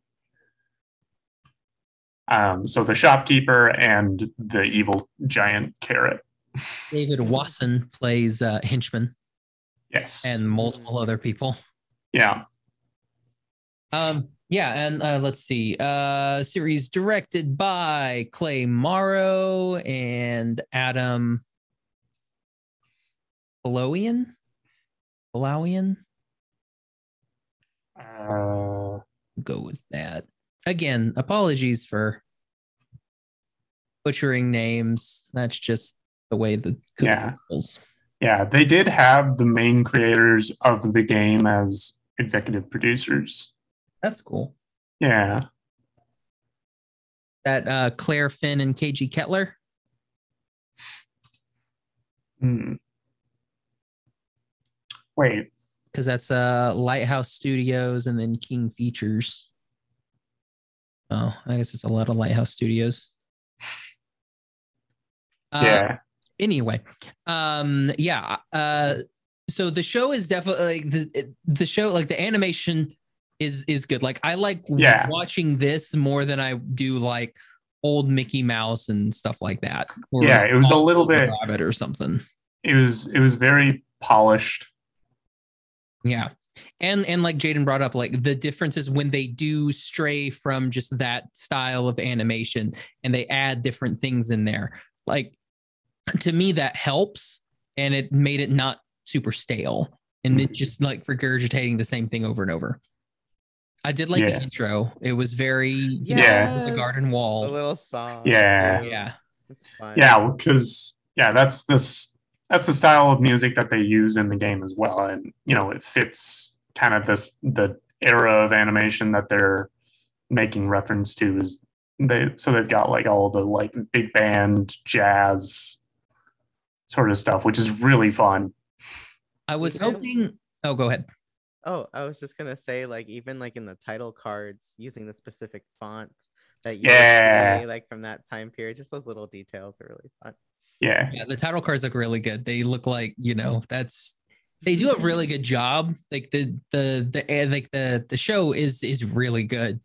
Speaker 2: Um, so the shopkeeper and the evil giant carrot.
Speaker 1: David Wasson plays uh, henchman
Speaker 2: Yes.
Speaker 1: and multiple other people.
Speaker 2: yeah.
Speaker 1: Um, yeah, and uh, let's see. Uh, series directed by Clay Morrow and Adam Blowian. Blowian,
Speaker 2: Uh,
Speaker 1: go with that. Again, apologies for butchering names. That's just the way the cookie
Speaker 2: Yeah.
Speaker 1: rolls.
Speaker 2: yeah, they did have the main creators of the game as executive producers.
Speaker 1: That's cool.
Speaker 2: Yeah,
Speaker 1: That uh, Claire Finn and KG Kettler.
Speaker 2: Hmm. Wait,
Speaker 1: because that's uh Lighthouse Studios and then King Features. Oh, I guess it's a lot of Lighthouse Studios. [SIGHS] Uh,
Speaker 2: yeah,
Speaker 1: Anyway, um, yeah. Uh, so the show is definitely like, the the show like the animation is is good. Like I like
Speaker 2: Yeah.
Speaker 1: watching this more than I do like old Mickey Mouse and stuff like that. Or
Speaker 2: Yeah, it was a
Speaker 1: Fox
Speaker 2: little
Speaker 1: the
Speaker 2: bit-
Speaker 1: Rabbit or something.
Speaker 2: it was it was very polished.
Speaker 1: Yeah. and and like Jaden brought up, like the difference is when they do stray from just that style of animation and they add different things in there. Like to me, that helps, and it made it not super stale and it just like regurgitating the same thing over and over. I did like
Speaker 2: Yeah.
Speaker 1: the intro; it was very
Speaker 2: Yeah.
Speaker 1: With the garden wall.
Speaker 3: A little song.
Speaker 2: Yeah.
Speaker 3: too.
Speaker 1: yeah.
Speaker 3: It's fun.
Speaker 2: Yeah, because yeah, that's this that's the style of music that they use in the game as well, and you know it fits kind of this the era of animation that they're making reference to is they so they've got like all the like big band jazz sort of stuff, which is really fun.
Speaker 1: I was
Speaker 3: Yeah.
Speaker 1: hoping. Oh, go ahead.
Speaker 3: Oh, I was just gonna say, like, even like in the title cards, using the specific fonts that you
Speaker 2: Yeah.
Speaker 3: see, like from that time period, just those little details are really fun.
Speaker 2: Yeah,
Speaker 1: Yeah, the title cards look really good. They look like you know that's they do a really good job. Like the the the eh, like the the show is is really good.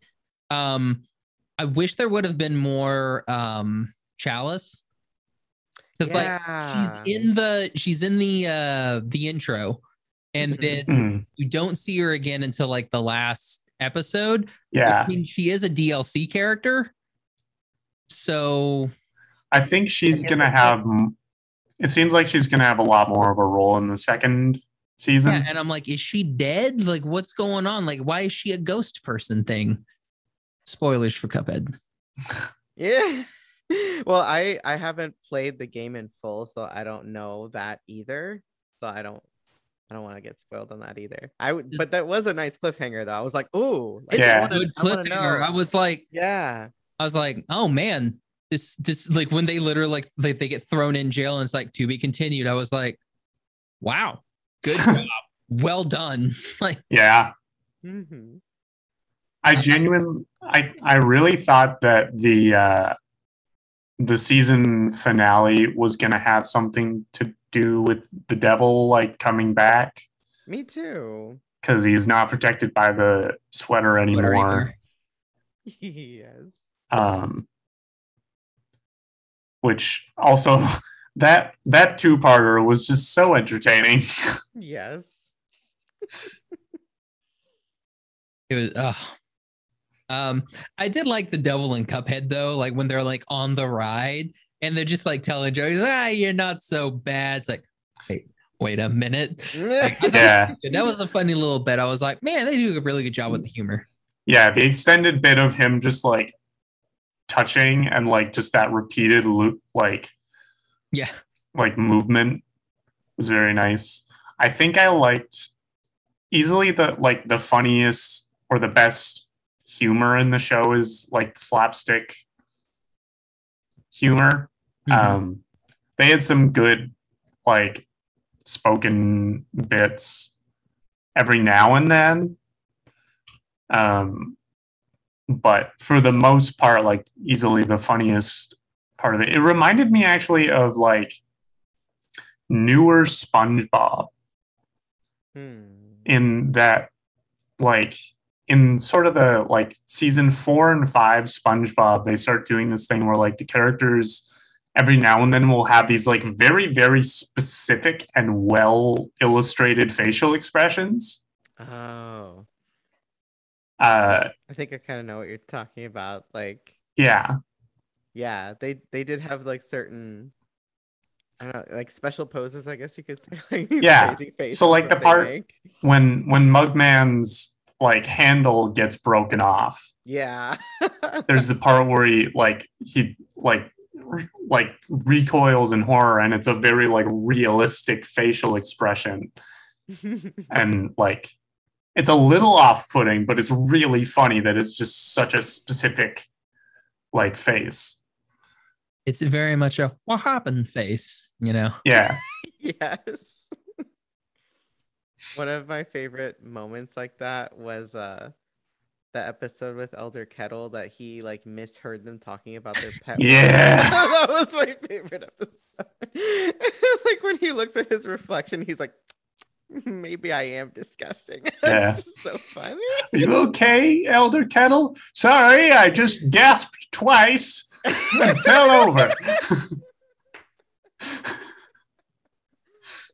Speaker 1: Um, I wish there would have been more um Chalice because
Speaker 3: yeah.
Speaker 1: like she's in the she's in the uh the intro, and
Speaker 3: Mhm.
Speaker 1: then
Speaker 2: Mm,
Speaker 1: you don't see her again until like the last episode.
Speaker 2: yeah.
Speaker 1: I mean, she is a DLC character. So
Speaker 2: I think she's gonna have. m- It seems like she's gonna have a lot more of a role in the second season.
Speaker 1: yeah, and I'm like, is she dead? Like, what's going on? Like, why is she a ghost person thing? Spoilers for Cuphead.
Speaker 3: Yeah. [LAUGHS] well, I I haven't played the game in full, so I don't know that either. So I don't I don't want to get spoiled on that either. I would,
Speaker 1: Just-
Speaker 3: but that was a nice cliffhanger though. I was like, ooh,
Speaker 1: It's
Speaker 2: Yeah.
Speaker 1: a good cliffhanger. I
Speaker 3: I
Speaker 1: was like,
Speaker 3: yeah.
Speaker 1: I was like, oh man, this this like when they literally like they, they get thrown in jail and it's like to be continued. I was like, wow, good job, well done. [LAUGHS] like,
Speaker 2: yeah.
Speaker 3: hmm
Speaker 2: I genuinely, I, I really thought that the uh, the season finale was going to have something to do with the devil like coming back
Speaker 3: Me too. [LAUGHS]
Speaker 2: because he's not protected by the sweater
Speaker 1: whatever.
Speaker 2: anymore.
Speaker 3: yes.
Speaker 1: [LAUGHS]
Speaker 2: Um, which also [LAUGHS] that that two parter was just so entertaining.
Speaker 3: Yes.
Speaker 1: It was. Ugh. Um, I did like the devil and Cuphead though, like when they're like on the ride and they're just like telling Joey, "Ah, you're not so bad." It's like, wait, wait a minute. Like, I thought
Speaker 2: yeah,
Speaker 1: that was a funny little bit. I was like, man, they do a really good job with the humor.
Speaker 2: yeah. The extended bit of him just like touching and like just that repeated loop, like
Speaker 1: Yeah,
Speaker 2: like movement was very nice. I think I liked easily the like the funniest or the best humor in the show is like slapstick humor.
Speaker 1: Mm-hmm.
Speaker 2: Um, they had some good like spoken bits every now and then. Um, but for the most part, like easily the funniest part of it. It reminded me actually of like newer SpongeBob
Speaker 3: Hmm.
Speaker 2: in that like in sort of the like season 4 and 5 SpongeBob they start doing this thing where like the characters every now and then will have these like very very specific and well illustrated facial expressions
Speaker 3: Oh,
Speaker 2: uh
Speaker 3: I think I kind of know what you're talking about. Like,
Speaker 2: yeah
Speaker 3: yeah, they they did have like certain, I don't know, like special poses. I guess you could say. [LAUGHS] Like, these
Speaker 2: Yeah.
Speaker 3: crazy faces
Speaker 2: like, the
Speaker 3: that they
Speaker 2: part-
Speaker 3: make.
Speaker 2: when when Mugman's like handle gets broken off
Speaker 3: Yeah. [LAUGHS]
Speaker 2: there's the part where he like he like re- like recoils in horror and it's a very like realistic facial expression and like it's a little off-putting but it's really funny that it's just such a specific like face
Speaker 1: it's very much a what happened face, you know.
Speaker 2: yeah
Speaker 3: [LAUGHS] yes. One of my favorite moments like that was uh the episode with Elder Kettle that he like misheard them talking about their pet.
Speaker 2: [LAUGHS]
Speaker 3: wolf.
Speaker 2: Yeah.
Speaker 3: [LAUGHS] that was my favorite episode. [LAUGHS] like when he looks at his reflection, he's like, "Mm, maybe I am disgusting. [LAUGHS]
Speaker 2: Yeah.
Speaker 3: It's so funny.
Speaker 2: are you okay elder kettle sorry i just gasped twice
Speaker 1: [LAUGHS]
Speaker 2: and fell over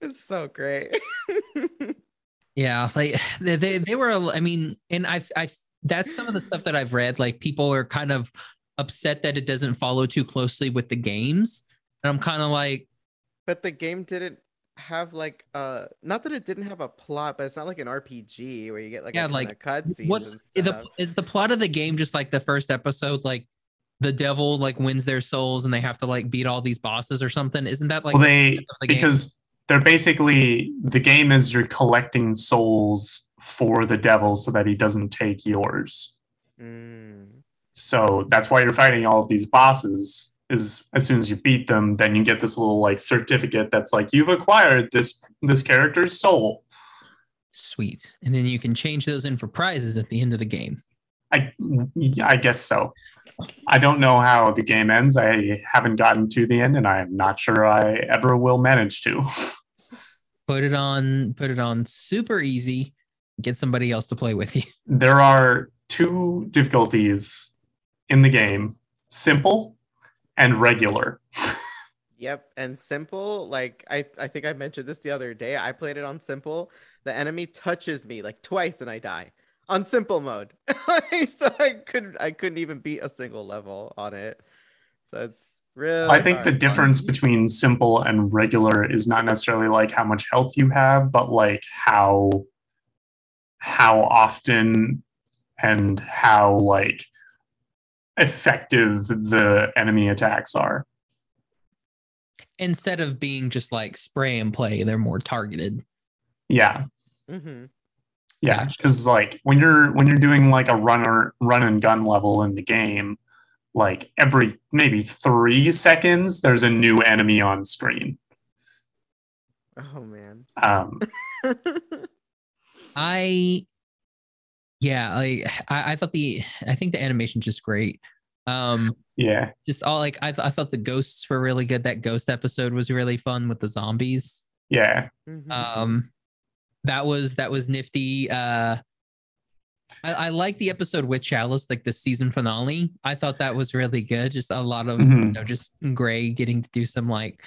Speaker 3: It's so great.
Speaker 1: Yeah, like they, they they were. I mean, and I I that's some of the stuff that I've read. Like people are kind of upset that it doesn't follow too closely with the games, and I'm kind of like,
Speaker 3: But the game didn't have like uh not that it didn't have a plot, but it's not like an RPG where you get like
Speaker 1: Yeah,
Speaker 3: a ton
Speaker 1: like,
Speaker 3: of cutscenes.
Speaker 1: what's
Speaker 3: and
Speaker 1: is the
Speaker 3: stuff.
Speaker 1: is the plot of the game just like the first episode? Like the devil like wins their souls and they have to like beat all these bosses or something. Isn't that like
Speaker 2: well,
Speaker 1: the
Speaker 2: they
Speaker 1: plot of the game?
Speaker 2: because they're basically the game is you're collecting souls for the devil so that he doesn't take yours.
Speaker 3: Mm.
Speaker 2: So that's why you're fighting all of these bosses. Is as soon as you beat them, then you get this little like certificate that's like you've acquired this this character's soul.
Speaker 1: sweet, and then you can change those in for prizes at the end of the game.
Speaker 2: I I guess so. I don't know how the game ends. I haven't gotten to the end, and I am not sure I ever will manage to.
Speaker 1: Put it on put it on super easy. Get somebody else to play with you. [LAUGHS]
Speaker 2: There are two difficulties in the game: simple and regular.
Speaker 3: Yep, and simple. Like I, I think I mentioned this the other day. I played it on simple. The enemy touches me like twice and I die on simple mode. [LAUGHS] so I couldn't, I couldn't even beat a single level on it. So it's really.
Speaker 2: I think the
Speaker 3: hard.
Speaker 2: difference between simple and regular is not necessarily like how much health you have, but like how how often and how like effective the enemy attacks are.
Speaker 1: Instead of being just like spray and play, they're more targeted.
Speaker 2: Yeah,
Speaker 3: Mhm.
Speaker 2: yeah. Because like when you're when you're doing like a runner run and gun level in the game, like every maybe three seconds there's a new enemy on screen.
Speaker 3: Oh man. [LAUGHS] Mm-hmm.
Speaker 2: Um,
Speaker 1: I yeah, like I, I thought the I think the animation's just great. Um
Speaker 2: yeah,
Speaker 1: just all like I, I thought the ghosts were really good. That ghost episode was really fun with the zombies.
Speaker 2: yeah.
Speaker 3: Mhm.
Speaker 1: Um that was that was nifty. Uh I, I like the episode with Chalice, like the season finale. I thought that was really good. Just a lot of you
Speaker 2: Mhm.
Speaker 1: know, just Gray getting to do some like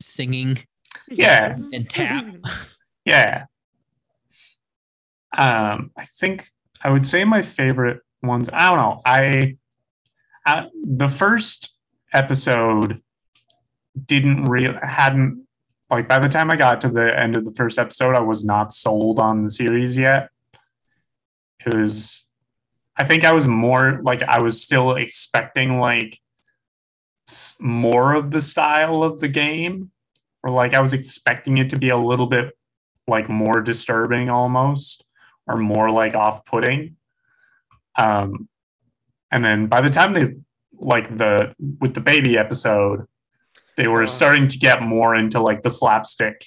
Speaker 1: singing.
Speaker 2: yeah.
Speaker 3: Yes.
Speaker 1: And tap.
Speaker 2: Yeah. Um, I think I would say my favorite ones. I don't know. I, I the first episode didn't real hadn't like by the time I got to the end of the first episode, I was not sold on the series yet. It was I think I was more like I was still expecting like s- more of the style of the game or like I was expecting it to be a little bit like more disturbing almost or more like off-putting um and then by the time they like the with the baby episode they were
Speaker 3: Oh.
Speaker 2: starting to get more into like the slapstick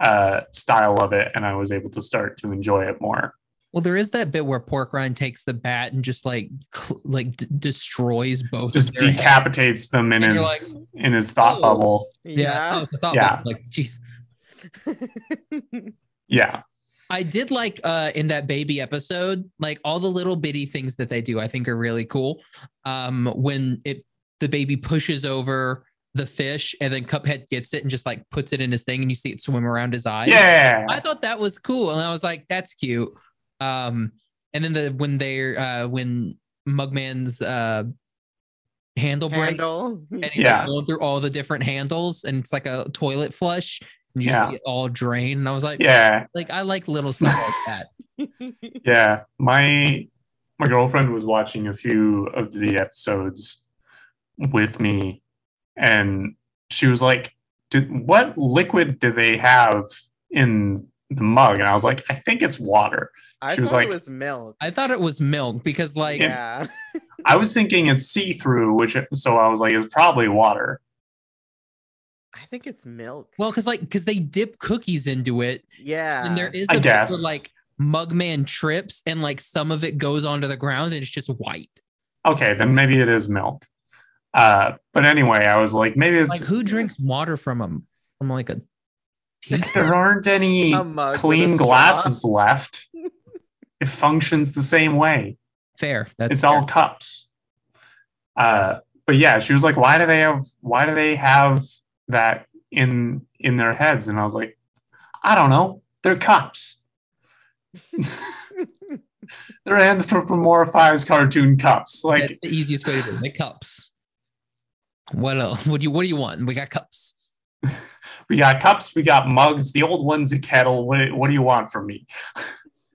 Speaker 2: uh style of it and i was able to start to enjoy it more
Speaker 1: Well, there is that bit where Pork Rind takes the bat and just like cl- like d- destroys both.
Speaker 2: just
Speaker 1: of their heads.
Speaker 2: decapitates them in
Speaker 1: And you're
Speaker 2: his in his thought
Speaker 1: "Oh."
Speaker 2: bubble
Speaker 1: Yeah.
Speaker 3: [LAUGHS] Yeah.
Speaker 1: Oh, I thought
Speaker 2: Yeah.
Speaker 1: about- Like, jeez.
Speaker 2: yeah
Speaker 1: I did like uh in that baby episode, like all the little bitty things that they do, I think are really cool. Um, when it the baby pushes over the fish and then Cuphead gets it and just like puts it in his thing and you see it swim around his eyes.
Speaker 2: yeah
Speaker 1: I thought that was cool, and I was like, "That's cute." Um, and then the when they're uh, when Mugman's uh, handle oh, breaks,
Speaker 3: Handle.
Speaker 1: and he's
Speaker 2: Yeah.
Speaker 1: like going through all the different handles, and it's like a toilet flush, and you
Speaker 2: Yeah.
Speaker 1: see it all drain. And I was like,
Speaker 2: yeah
Speaker 1: like I like little stuff like that.
Speaker 2: yeah my my girlfriend was watching a few of the episodes with me and she was like "Did- what liquid do they have in the mug and i was like i think it's water
Speaker 3: [LAUGHS] I
Speaker 2: She was
Speaker 3: thought
Speaker 2: like-
Speaker 3: it was milk.
Speaker 1: I thought it was milk because like yeah,
Speaker 3: yeah.
Speaker 2: i was thinking it's see-through which so i was like it's probably water
Speaker 3: I think it's milk.
Speaker 1: well, because like because they dip cookies into it,
Speaker 3: yeah.
Speaker 1: and there is
Speaker 2: I
Speaker 1: a bit where,
Speaker 2: guess.
Speaker 1: like Mugman trips and like some of it goes onto the ground and it's just white.
Speaker 2: okay then maybe it is milk uh but anyway i was like maybe it's
Speaker 1: like who drinks water from them from like a
Speaker 2: there aren't any
Speaker 3: A mug with a
Speaker 2: clean
Speaker 3: straw.
Speaker 2: glasses left it functions the same way
Speaker 1: fair that's
Speaker 2: it's all
Speaker 1: fair.
Speaker 2: cups. Uh, but yeah, she was like, "Why do they have? Why do they have that in in their heads?" And I was like, "I don't know. They're cups. They're anthropomorphized cartoon cups.
Speaker 1: That's
Speaker 2: Like,
Speaker 1: the easiest way to do it. Like cups. What else? What do you What do you want? We got cups.
Speaker 2: we got cups, we got mugs. The old one's a kettle. What, what do you want from me?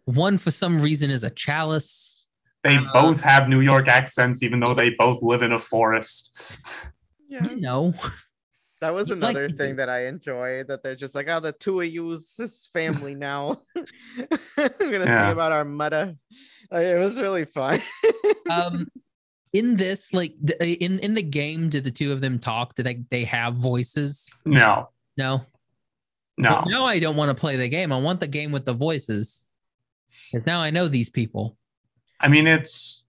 Speaker 1: One for some reason is a chalice.
Speaker 2: They
Speaker 1: Uh,
Speaker 2: both have New York accents, even though they both live in a forest. [LAUGHS]
Speaker 3: yeah.
Speaker 1: You know,
Speaker 3: That was
Speaker 1: You'd like
Speaker 3: another
Speaker 1: to do.
Speaker 3: thing that I enjoy that they're just like, oh, the two of you is this family now. [LAUGHS] I'm gonna see
Speaker 2: Yeah.
Speaker 3: about our meta. Like, it was really fun. [LAUGHS]
Speaker 1: um, in this, like d- in in the game, do the two of them talk? Do they they have voices?
Speaker 2: No,
Speaker 1: No.
Speaker 2: no.
Speaker 1: But now I don't want to play the game. I want the game with the voices. 'Cause now I know these people.
Speaker 2: I mean, it's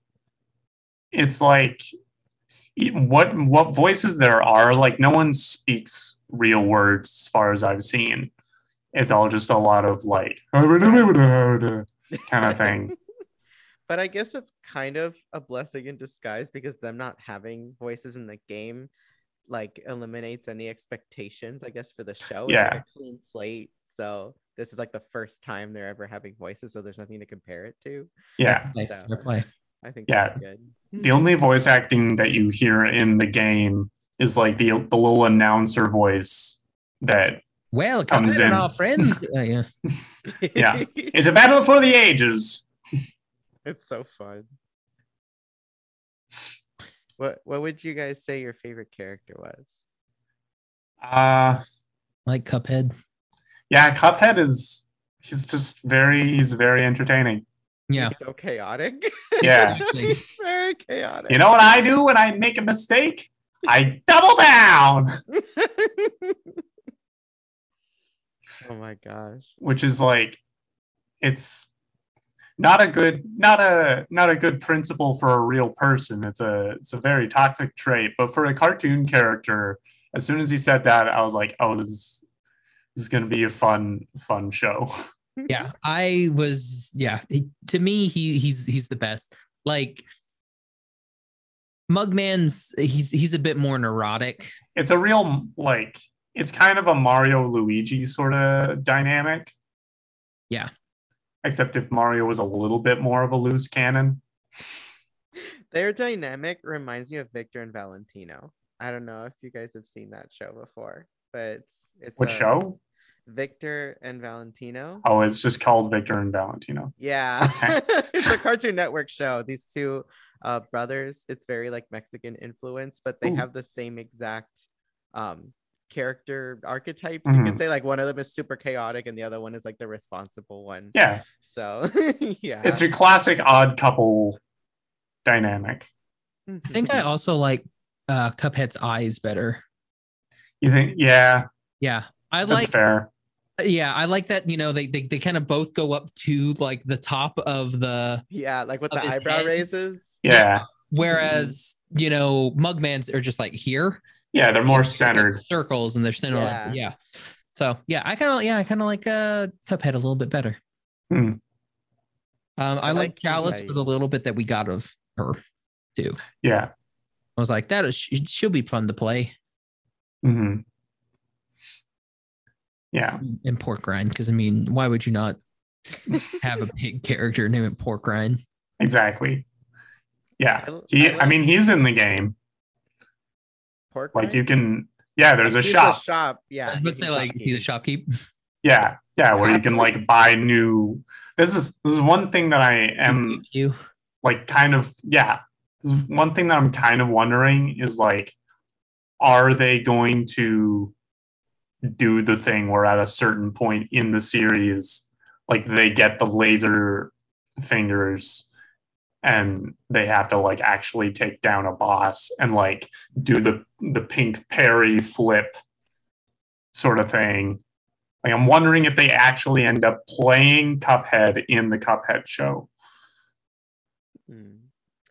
Speaker 2: it's like y- what what voices there are. Like, no one speaks real words, as far as I've seen. It's all just a lot of like [LAUGHS] kind of thing.
Speaker 3: but I guess it's kind of a blessing in disguise because them not having voices in the game like eliminates any expectations, I guess, for the show. It's like
Speaker 2: Yeah.
Speaker 3: a clean slate. So this is like the first time they're ever having voices, so there's nothing to compare it to.
Speaker 2: Yeah.
Speaker 1: Like,
Speaker 3: Yeah.
Speaker 1: fair play.
Speaker 3: I think
Speaker 2: Yeah.
Speaker 3: that's good.
Speaker 2: the only voice acting that you hear in the game is like the, the little announcer voice that
Speaker 1: Welcome,
Speaker 2: Comes
Speaker 1: in.
Speaker 2: in.
Speaker 1: our friends. [LAUGHS] Uh, yeah.
Speaker 2: Yeah.
Speaker 3: [LAUGHS]
Speaker 2: it's a battle for the ages
Speaker 3: It's so fun. What what would you guys say your favorite character was?
Speaker 2: uh
Speaker 1: Like Cuphead.
Speaker 2: yeah cuphead is he's just very he's very entertaining
Speaker 1: Yeah.
Speaker 3: He's so
Speaker 1: [LAUGHS]
Speaker 3: chaotic. [LAUGHS]
Speaker 2: yeah
Speaker 1: Exactly.
Speaker 3: He's very chaotic.
Speaker 2: you know what i do when i make a mistake i double down
Speaker 3: [LAUGHS] oh my gosh.
Speaker 2: which is like it's not a good not a not a good principle for a real person it's a it's a very toxic trait but for a cartoon character as soon as he said that i was like oh this is this is going to be a fun fun show
Speaker 1: yeah i was yeah he- to me he he's he's the best like mugman's he's he's a bit more neurotic
Speaker 2: it's a real like it's kind of a mario luigi sort of dynamic
Speaker 1: Yeah.
Speaker 2: except if mario was a little bit more of a loose cannon
Speaker 3: [LAUGHS] Their dynamic reminds me of Victor and Valentino. I don't know if you guys have seen that show before, but it's it's
Speaker 2: what
Speaker 3: uh,
Speaker 2: show
Speaker 3: Victor and Valentino.
Speaker 2: oh it's just called victor and valentino
Speaker 3: Yeah.
Speaker 2: Okay.
Speaker 3: [LAUGHS] it's a Cartoon Network show. These two uh, brothers, it's very like Mexican influence, but they
Speaker 2: Ooh.
Speaker 3: have the same exact um, character archetypes. You
Speaker 2: Mhm.
Speaker 3: could say like one of them is super chaotic and the other one is like the responsible one.
Speaker 2: yeah
Speaker 3: So, [LAUGHS] yeah.
Speaker 2: it's your classic odd couple dynamic.
Speaker 3: Mm-hmm.
Speaker 1: i think i also like uh cuphead's eyes better
Speaker 2: You think? Yeah,
Speaker 1: yeah i
Speaker 2: that's
Speaker 1: like
Speaker 2: fair.
Speaker 1: yeah i like that you know they they, they kind of both go up to like the top of the
Speaker 3: [LAUGHS] yeah, like with
Speaker 1: Of
Speaker 3: the
Speaker 1: his
Speaker 3: eyebrow
Speaker 1: head.
Speaker 3: raises.
Speaker 2: Yeah,
Speaker 1: whereas you know mugman's are just like here
Speaker 2: yeah, they're more centered.
Speaker 1: circles and they're centered yeah,
Speaker 3: Yeah.
Speaker 1: yeah. so yeah i kind of yeah i kind of like uh cuphead a little bit better
Speaker 2: Hmm.
Speaker 1: Um, I,
Speaker 3: I
Speaker 1: like
Speaker 3: like the
Speaker 1: Chalice for the little bit that we got of her.
Speaker 2: Yeah.
Speaker 1: I was like, that is, she- she'll be fun to play
Speaker 2: hmm Yeah.
Speaker 1: in Pork Rind. Because I mean, why would you [LAUGHS] not have a pig character name it Pork Rind?
Speaker 2: Exactly. Yeah.
Speaker 3: I-
Speaker 2: He.
Speaker 3: I
Speaker 2: I mean, he's in the game.
Speaker 3: Pork
Speaker 2: Like
Speaker 3: rind?
Speaker 2: you can. Yeah. There's a
Speaker 3: He's
Speaker 2: shop.
Speaker 3: shop.
Speaker 1: I
Speaker 3: Yeah.
Speaker 1: was about to say like he's a shopkeep.
Speaker 2: Yeah. Yeah. Where you can like buy new. This is this is one thing that I
Speaker 3: Mm-hmm.
Speaker 2: am
Speaker 1: [LAUGHS] you
Speaker 2: like kind of yeah one thing that i'm kind of wondering is like are they going to do the thing where at a certain point in the series like they get the laser fingers and they have to like actually take down a boss and like do the the pink parry flip sort of thing like i'm wondering if they actually end up playing cuphead in the cuphead show
Speaker 3: Mm.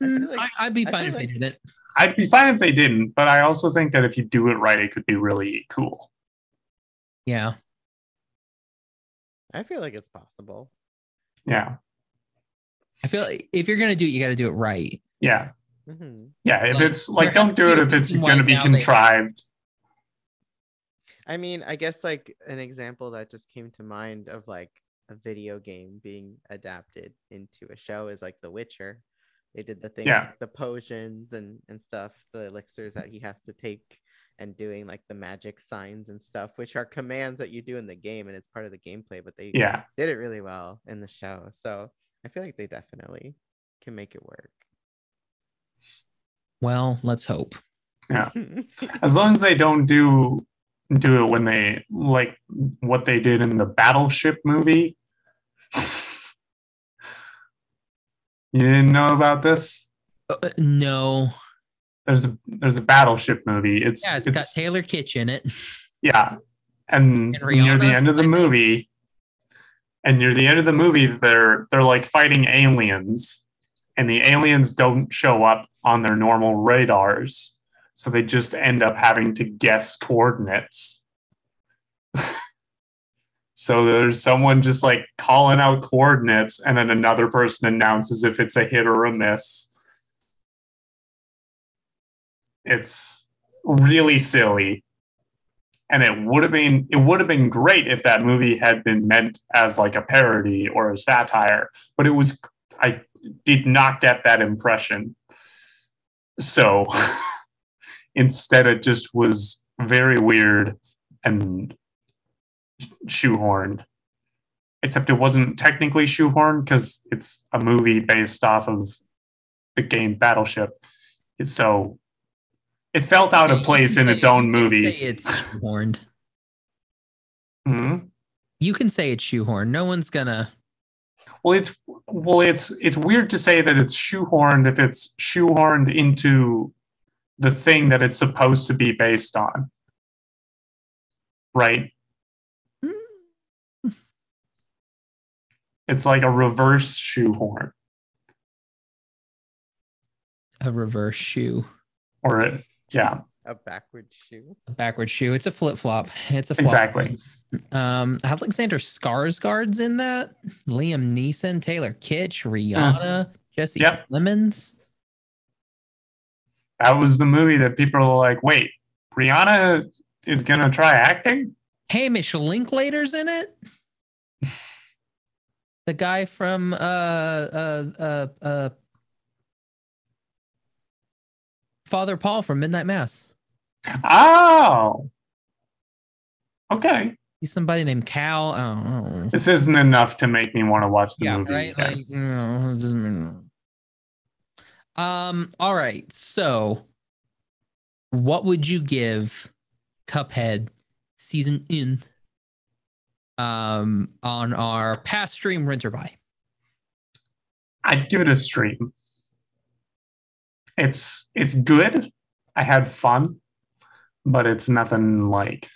Speaker 3: I feel
Speaker 1: Mm,
Speaker 3: like-
Speaker 1: I, would be
Speaker 3: I
Speaker 1: fine
Speaker 3: feel
Speaker 1: if
Speaker 3: like-
Speaker 1: they did it.
Speaker 2: I'd be fine if they didn't, but I also think that if you do it right, it could be really cool.
Speaker 1: Yeah,
Speaker 3: I feel like it's possible.
Speaker 2: Yeah.
Speaker 1: I feel like if you're gonna do it, you got to do it right.
Speaker 2: Yeah.
Speaker 3: Mhm.
Speaker 2: Yeah. If
Speaker 1: Like,
Speaker 2: it's like,
Speaker 1: there has
Speaker 2: don't
Speaker 1: to
Speaker 2: do
Speaker 1: be
Speaker 2: it
Speaker 1: a
Speaker 2: if it's
Speaker 1: reason why
Speaker 2: going to be
Speaker 1: now they-
Speaker 2: contrived.
Speaker 3: I mean, I guess like an example that just came to mind of like a video game being adapted into a show is like The Witcher. They did the thing,
Speaker 2: Yeah.
Speaker 3: with the potions and and stuff, the elixirs that he has to take, and doing like the magic signs and stuff, which are commands that you do in the game, and it's part of the gameplay. But they
Speaker 2: Yeah.
Speaker 3: did it really well in the show, so I feel like they definitely can make it work. [LAUGHS]
Speaker 1: Well, let's hope.
Speaker 2: Yeah. As long as they don't do do it when they like what they did in the battleship movie. [LAUGHS] you didn't know about this?
Speaker 1: Uh, uh, no.
Speaker 2: There's a there's a battleship movie. It's
Speaker 1: Yeah, it's got
Speaker 2: it's
Speaker 1: Taylor Kitsch in it.
Speaker 2: yeah. And
Speaker 1: And
Speaker 2: near the
Speaker 1: Rihanna,
Speaker 2: end of the
Speaker 1: I think.
Speaker 2: movie and near the end of the movie they're they're like fighting aliens and the aliens don't show up on their normal radars. So they just end up having to guess coordinates. [LAUGHS] so there's someone just like calling out coordinates and then another person announces if it's a hit or a miss. It's really silly. And it would have been it would have been great if that movie had been meant as like a parody or a satire, but it was I did not get that impression. So [LAUGHS] instead it just was very weird and shoehorned. Except it wasn't technically shoehorned because it's a movie based off of the game Battleship. So it felt out of place in its own
Speaker 1: You
Speaker 2: movie.
Speaker 1: can say it's shoehorned.
Speaker 2: Hmm?
Speaker 1: You can say it's shoehorned. No one's gonna.
Speaker 2: Well, it's well, it's it's weird to say that it's shoehorned if it's shoehorned into the thing that it's supposed to be based on, right?
Speaker 1: mm,
Speaker 2: It's like a reverse shoehorn,
Speaker 1: a reverse shoe,
Speaker 2: or it, yeah,
Speaker 3: a backward shoe. [LAUGHS]
Speaker 1: a backward shoe. It's a flip flop. It's a flop.
Speaker 2: exactly.
Speaker 1: Um, Alexander Skarsgård's in that. Liam Neeson, Taylor Kitsch, Rihanna, Jesse
Speaker 2: Mm-hmm. Yep.
Speaker 1: Lemons.
Speaker 2: That was the movie that people are like, wait, Brianna is gonna try acting.
Speaker 1: Hamish Linklater's in it. the guy from uh uh uh uh Father Paul from Midnight Mass.
Speaker 2: Oh, okay.
Speaker 1: He's somebody named Cal. I don't- I don't know.
Speaker 2: This isn't enough to make me want to watch the
Speaker 1: yeah,
Speaker 2: movie.
Speaker 1: right.
Speaker 2: then.
Speaker 1: Like, you know, it doesn't mean- Um. All right. So, what would you give Cuphead season in? Um, on our past stream, rent or buy.
Speaker 2: I'd give it a stream. It's it's good. I had fun, but it's nothing like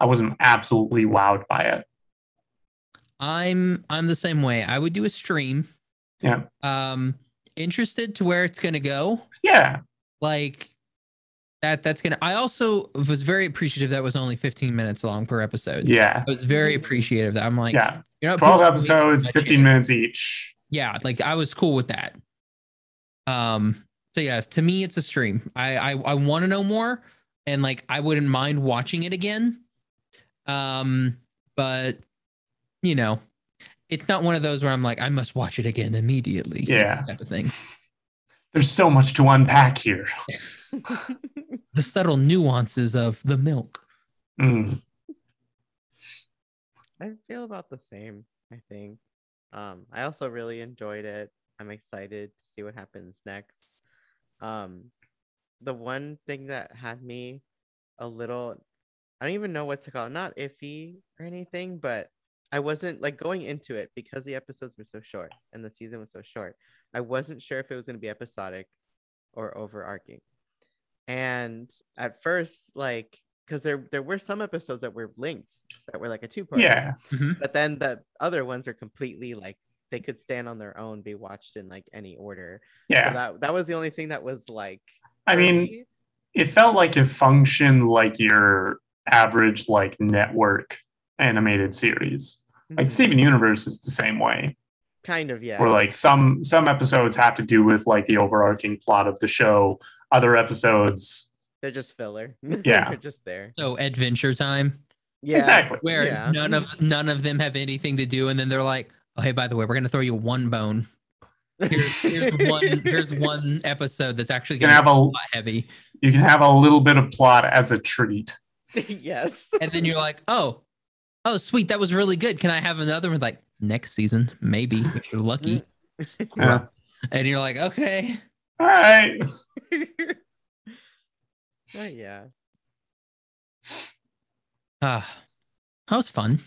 Speaker 2: I wasn't absolutely wowed by it.
Speaker 1: I'm I'm the same way. I would do a stream.
Speaker 2: Yeah.
Speaker 1: Um, interested to where it's gonna go.
Speaker 2: Yeah.
Speaker 1: Like that. That's gonna. I also was very appreciative that was only 15 minutes long per episode.
Speaker 2: Yeah.
Speaker 1: I was very appreciative that I'm like,
Speaker 2: Yeah.
Speaker 1: you're not
Speaker 2: 12
Speaker 1: putting me-
Speaker 2: episodes, 15 minutes each.
Speaker 1: yeah like i was cool with that um so yeah to me it's a stream i i, I want to know more and like i wouldn't mind watching it again um but you know it's not one of those where i'm like i must watch it again immediately
Speaker 2: Yeah.
Speaker 1: type of things
Speaker 2: There's so much to unpack here.
Speaker 1: the subtle nuances of the milk
Speaker 2: Mm.
Speaker 3: I feel about the same, I think. Um, I also really enjoyed it. I'm excited to see what happens next. Um, the one thing that had me a little, I don't even know what to call it, not iffy or anything, but I wasn't like going into it because the episodes were so short and the season was so short. I wasn't sure if it was going to be episodic or overarching. And at first, like, because there there were some episodes that were linked that were like a two part
Speaker 2: Yeah.
Speaker 3: but then the other ones are completely like they could stand on their own be watched in like any order so
Speaker 2: Yeah.
Speaker 3: that that was the only thing that was like
Speaker 2: I mean,
Speaker 3: early.
Speaker 2: it felt like it functioned like your average like network animated series. Like
Speaker 3: Mhm.
Speaker 2: Steven Universe is the same way.
Speaker 3: kind of yeah
Speaker 2: or like some some episodes have to do with like the overarching plot of the show other episodes
Speaker 3: they're just filler [LAUGHS]
Speaker 2: Yeah.
Speaker 3: they're just there
Speaker 1: so adventure time
Speaker 3: Yeah. [LAUGHS]
Speaker 2: Exactly.
Speaker 1: where
Speaker 3: Yeah.
Speaker 1: none of none of them have anything to do, and then they're like, "Oh, hey, by the way, we're gonna throw you one bone. Here's, here's one. Here's one episode that's actually
Speaker 2: You
Speaker 1: gonna
Speaker 2: can have
Speaker 1: be a
Speaker 2: a
Speaker 1: lot heavy."
Speaker 2: you can have a little bit of plot as a treat.
Speaker 3: [LAUGHS] yes.
Speaker 1: And then you're like, "Oh, oh, sweet, that was really good. Can I have another one?" Like next season, maybe if you're
Speaker 3: [LAUGHS]
Speaker 1: lucky.
Speaker 3: Mm-hmm.
Speaker 2: Yeah.
Speaker 1: And you're like, "Okay,
Speaker 2: All right.
Speaker 3: But Oh, yeah.
Speaker 1: ah, that was fun."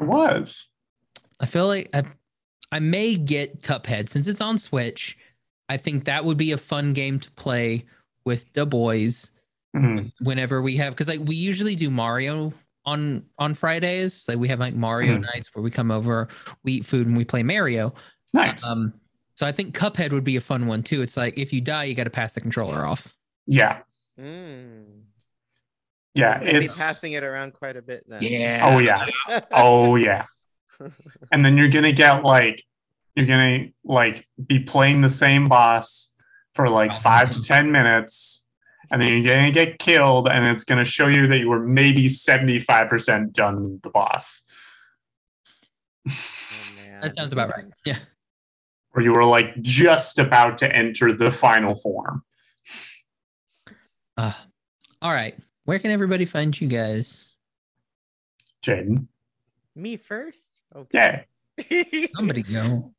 Speaker 2: It was.
Speaker 1: I feel like I, I may get Cuphead since it's on Switch. I think that would be a fun game to play with the boys
Speaker 2: Mhm.
Speaker 1: whenever we have because like we usually do Mario on on Fridays. Like we have like Mario
Speaker 2: Mhm.
Speaker 1: nights where we come over, we eat food, and we play Mario.
Speaker 2: Nice.
Speaker 1: Um, so I think Cuphead would be a fun one too. It's like if you die, you got to pass the controller off.
Speaker 2: yeah.
Speaker 3: Mm.
Speaker 2: Yeah.
Speaker 3: I'm gonna be
Speaker 2: It's
Speaker 3: passing it around quite a bit then.
Speaker 1: Yeah.
Speaker 2: oh yeah. Oh yeah. And then you're gonna get like you're gonna like be playing the same boss for like five to ten minutes. And then you're gonna get killed, and it's gonna show you that you were maybe 75% done with the boss. [LAUGHS]
Speaker 3: Oh, man.
Speaker 1: That sounds about right. Yeah.
Speaker 2: Or you were like just about to enter the final form.
Speaker 1: Uh, all right. Where can everybody find you guys?
Speaker 2: Jaden.
Speaker 3: Me first?
Speaker 2: Yeah.
Speaker 3: [LAUGHS]
Speaker 1: Somebody go.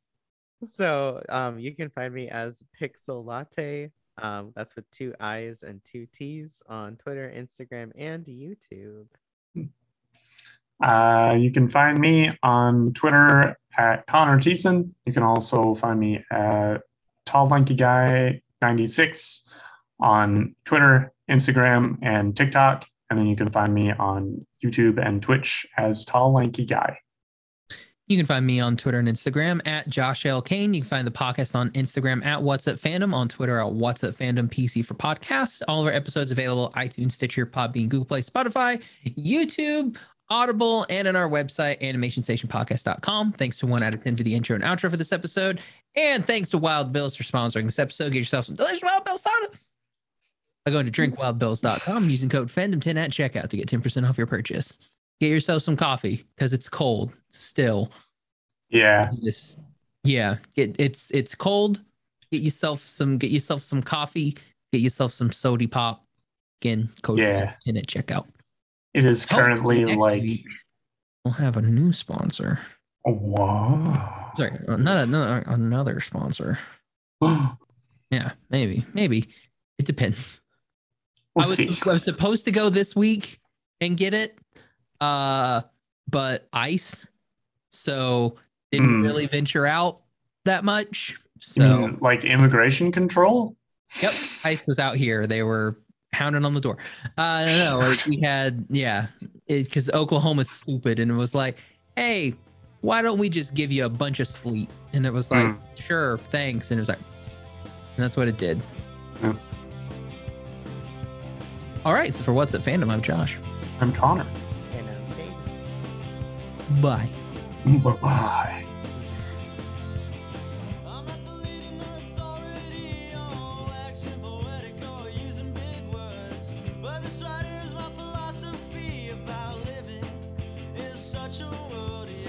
Speaker 3: So um, you can find me as Pixel Latte. Um, that's with two I's and two T's on Twitter, Instagram, and YouTube.
Speaker 2: Uh, you can find me on Twitter at Connor Thiessen. You can also find me at Tall Lanky Guy 96 on Twitter, Instagram, and TikTok. And then you can find me on YouTube and Twitch as Tall Lanky Guy.
Speaker 1: You can find me on Twitter and Instagram at Josh L. Kane. You can find the podcast on Instagram at What's Up Fandom, on Twitter at What's Up Fandom PC for podcasts. All of our episodes available iTunes, Stitcher, Podbean, Google Play, Spotify, YouTube, Audible, and on our website, animationstationpodcast.com. Thanks to 1 out of 10 for the intro and outro for this episode. And thanks to Wild Bills for sponsoring this episode. Get yourself some delicious Wild Bills soda by going to drinkwildbills.com using code FANDOM10 at checkout to get 10% off your purchase. Get yourself some coffee because it's cold still
Speaker 2: Yeah.
Speaker 1: this yeah it, it's it's cold get yourself some get yourself some coffee get yourself some sody pop again code
Speaker 2: Yeah.
Speaker 1: in at checkout
Speaker 2: It is
Speaker 1: Hopefully
Speaker 2: currently
Speaker 1: next
Speaker 2: like,
Speaker 1: week we'll have a new sponsor
Speaker 2: whoa.
Speaker 1: sorry uh, not another another sponsor
Speaker 2: [GASPS] we'll
Speaker 1: yeah maybe maybe it depends I was,
Speaker 2: see.
Speaker 1: I was supposed to go this week and get it, uh, but ice, so didn't
Speaker 2: Mm.
Speaker 1: really venture out that much.
Speaker 2: You
Speaker 1: So
Speaker 2: mean, like immigration control?
Speaker 1: Yep, Ice was out here. They were hounding on the door. Uh, no, no, like we had yeah, because Oklahoma's stupid and it was like, hey, why don't we just give you a bunch of sleep? And it was like,
Speaker 2: Mm.
Speaker 1: sure, thanks. And it was like, and that's what it did.
Speaker 2: Yeah.
Speaker 1: All right, so for what's at fandom, I'm Josh. [LAUGHS]
Speaker 2: I'm Connor.
Speaker 3: And I'm Jaden.
Speaker 1: Bye.
Speaker 2: Bye.
Speaker 4: I'm not the leading authority on action, poetic or using big words. But this writer is my philosophy about living in such a world.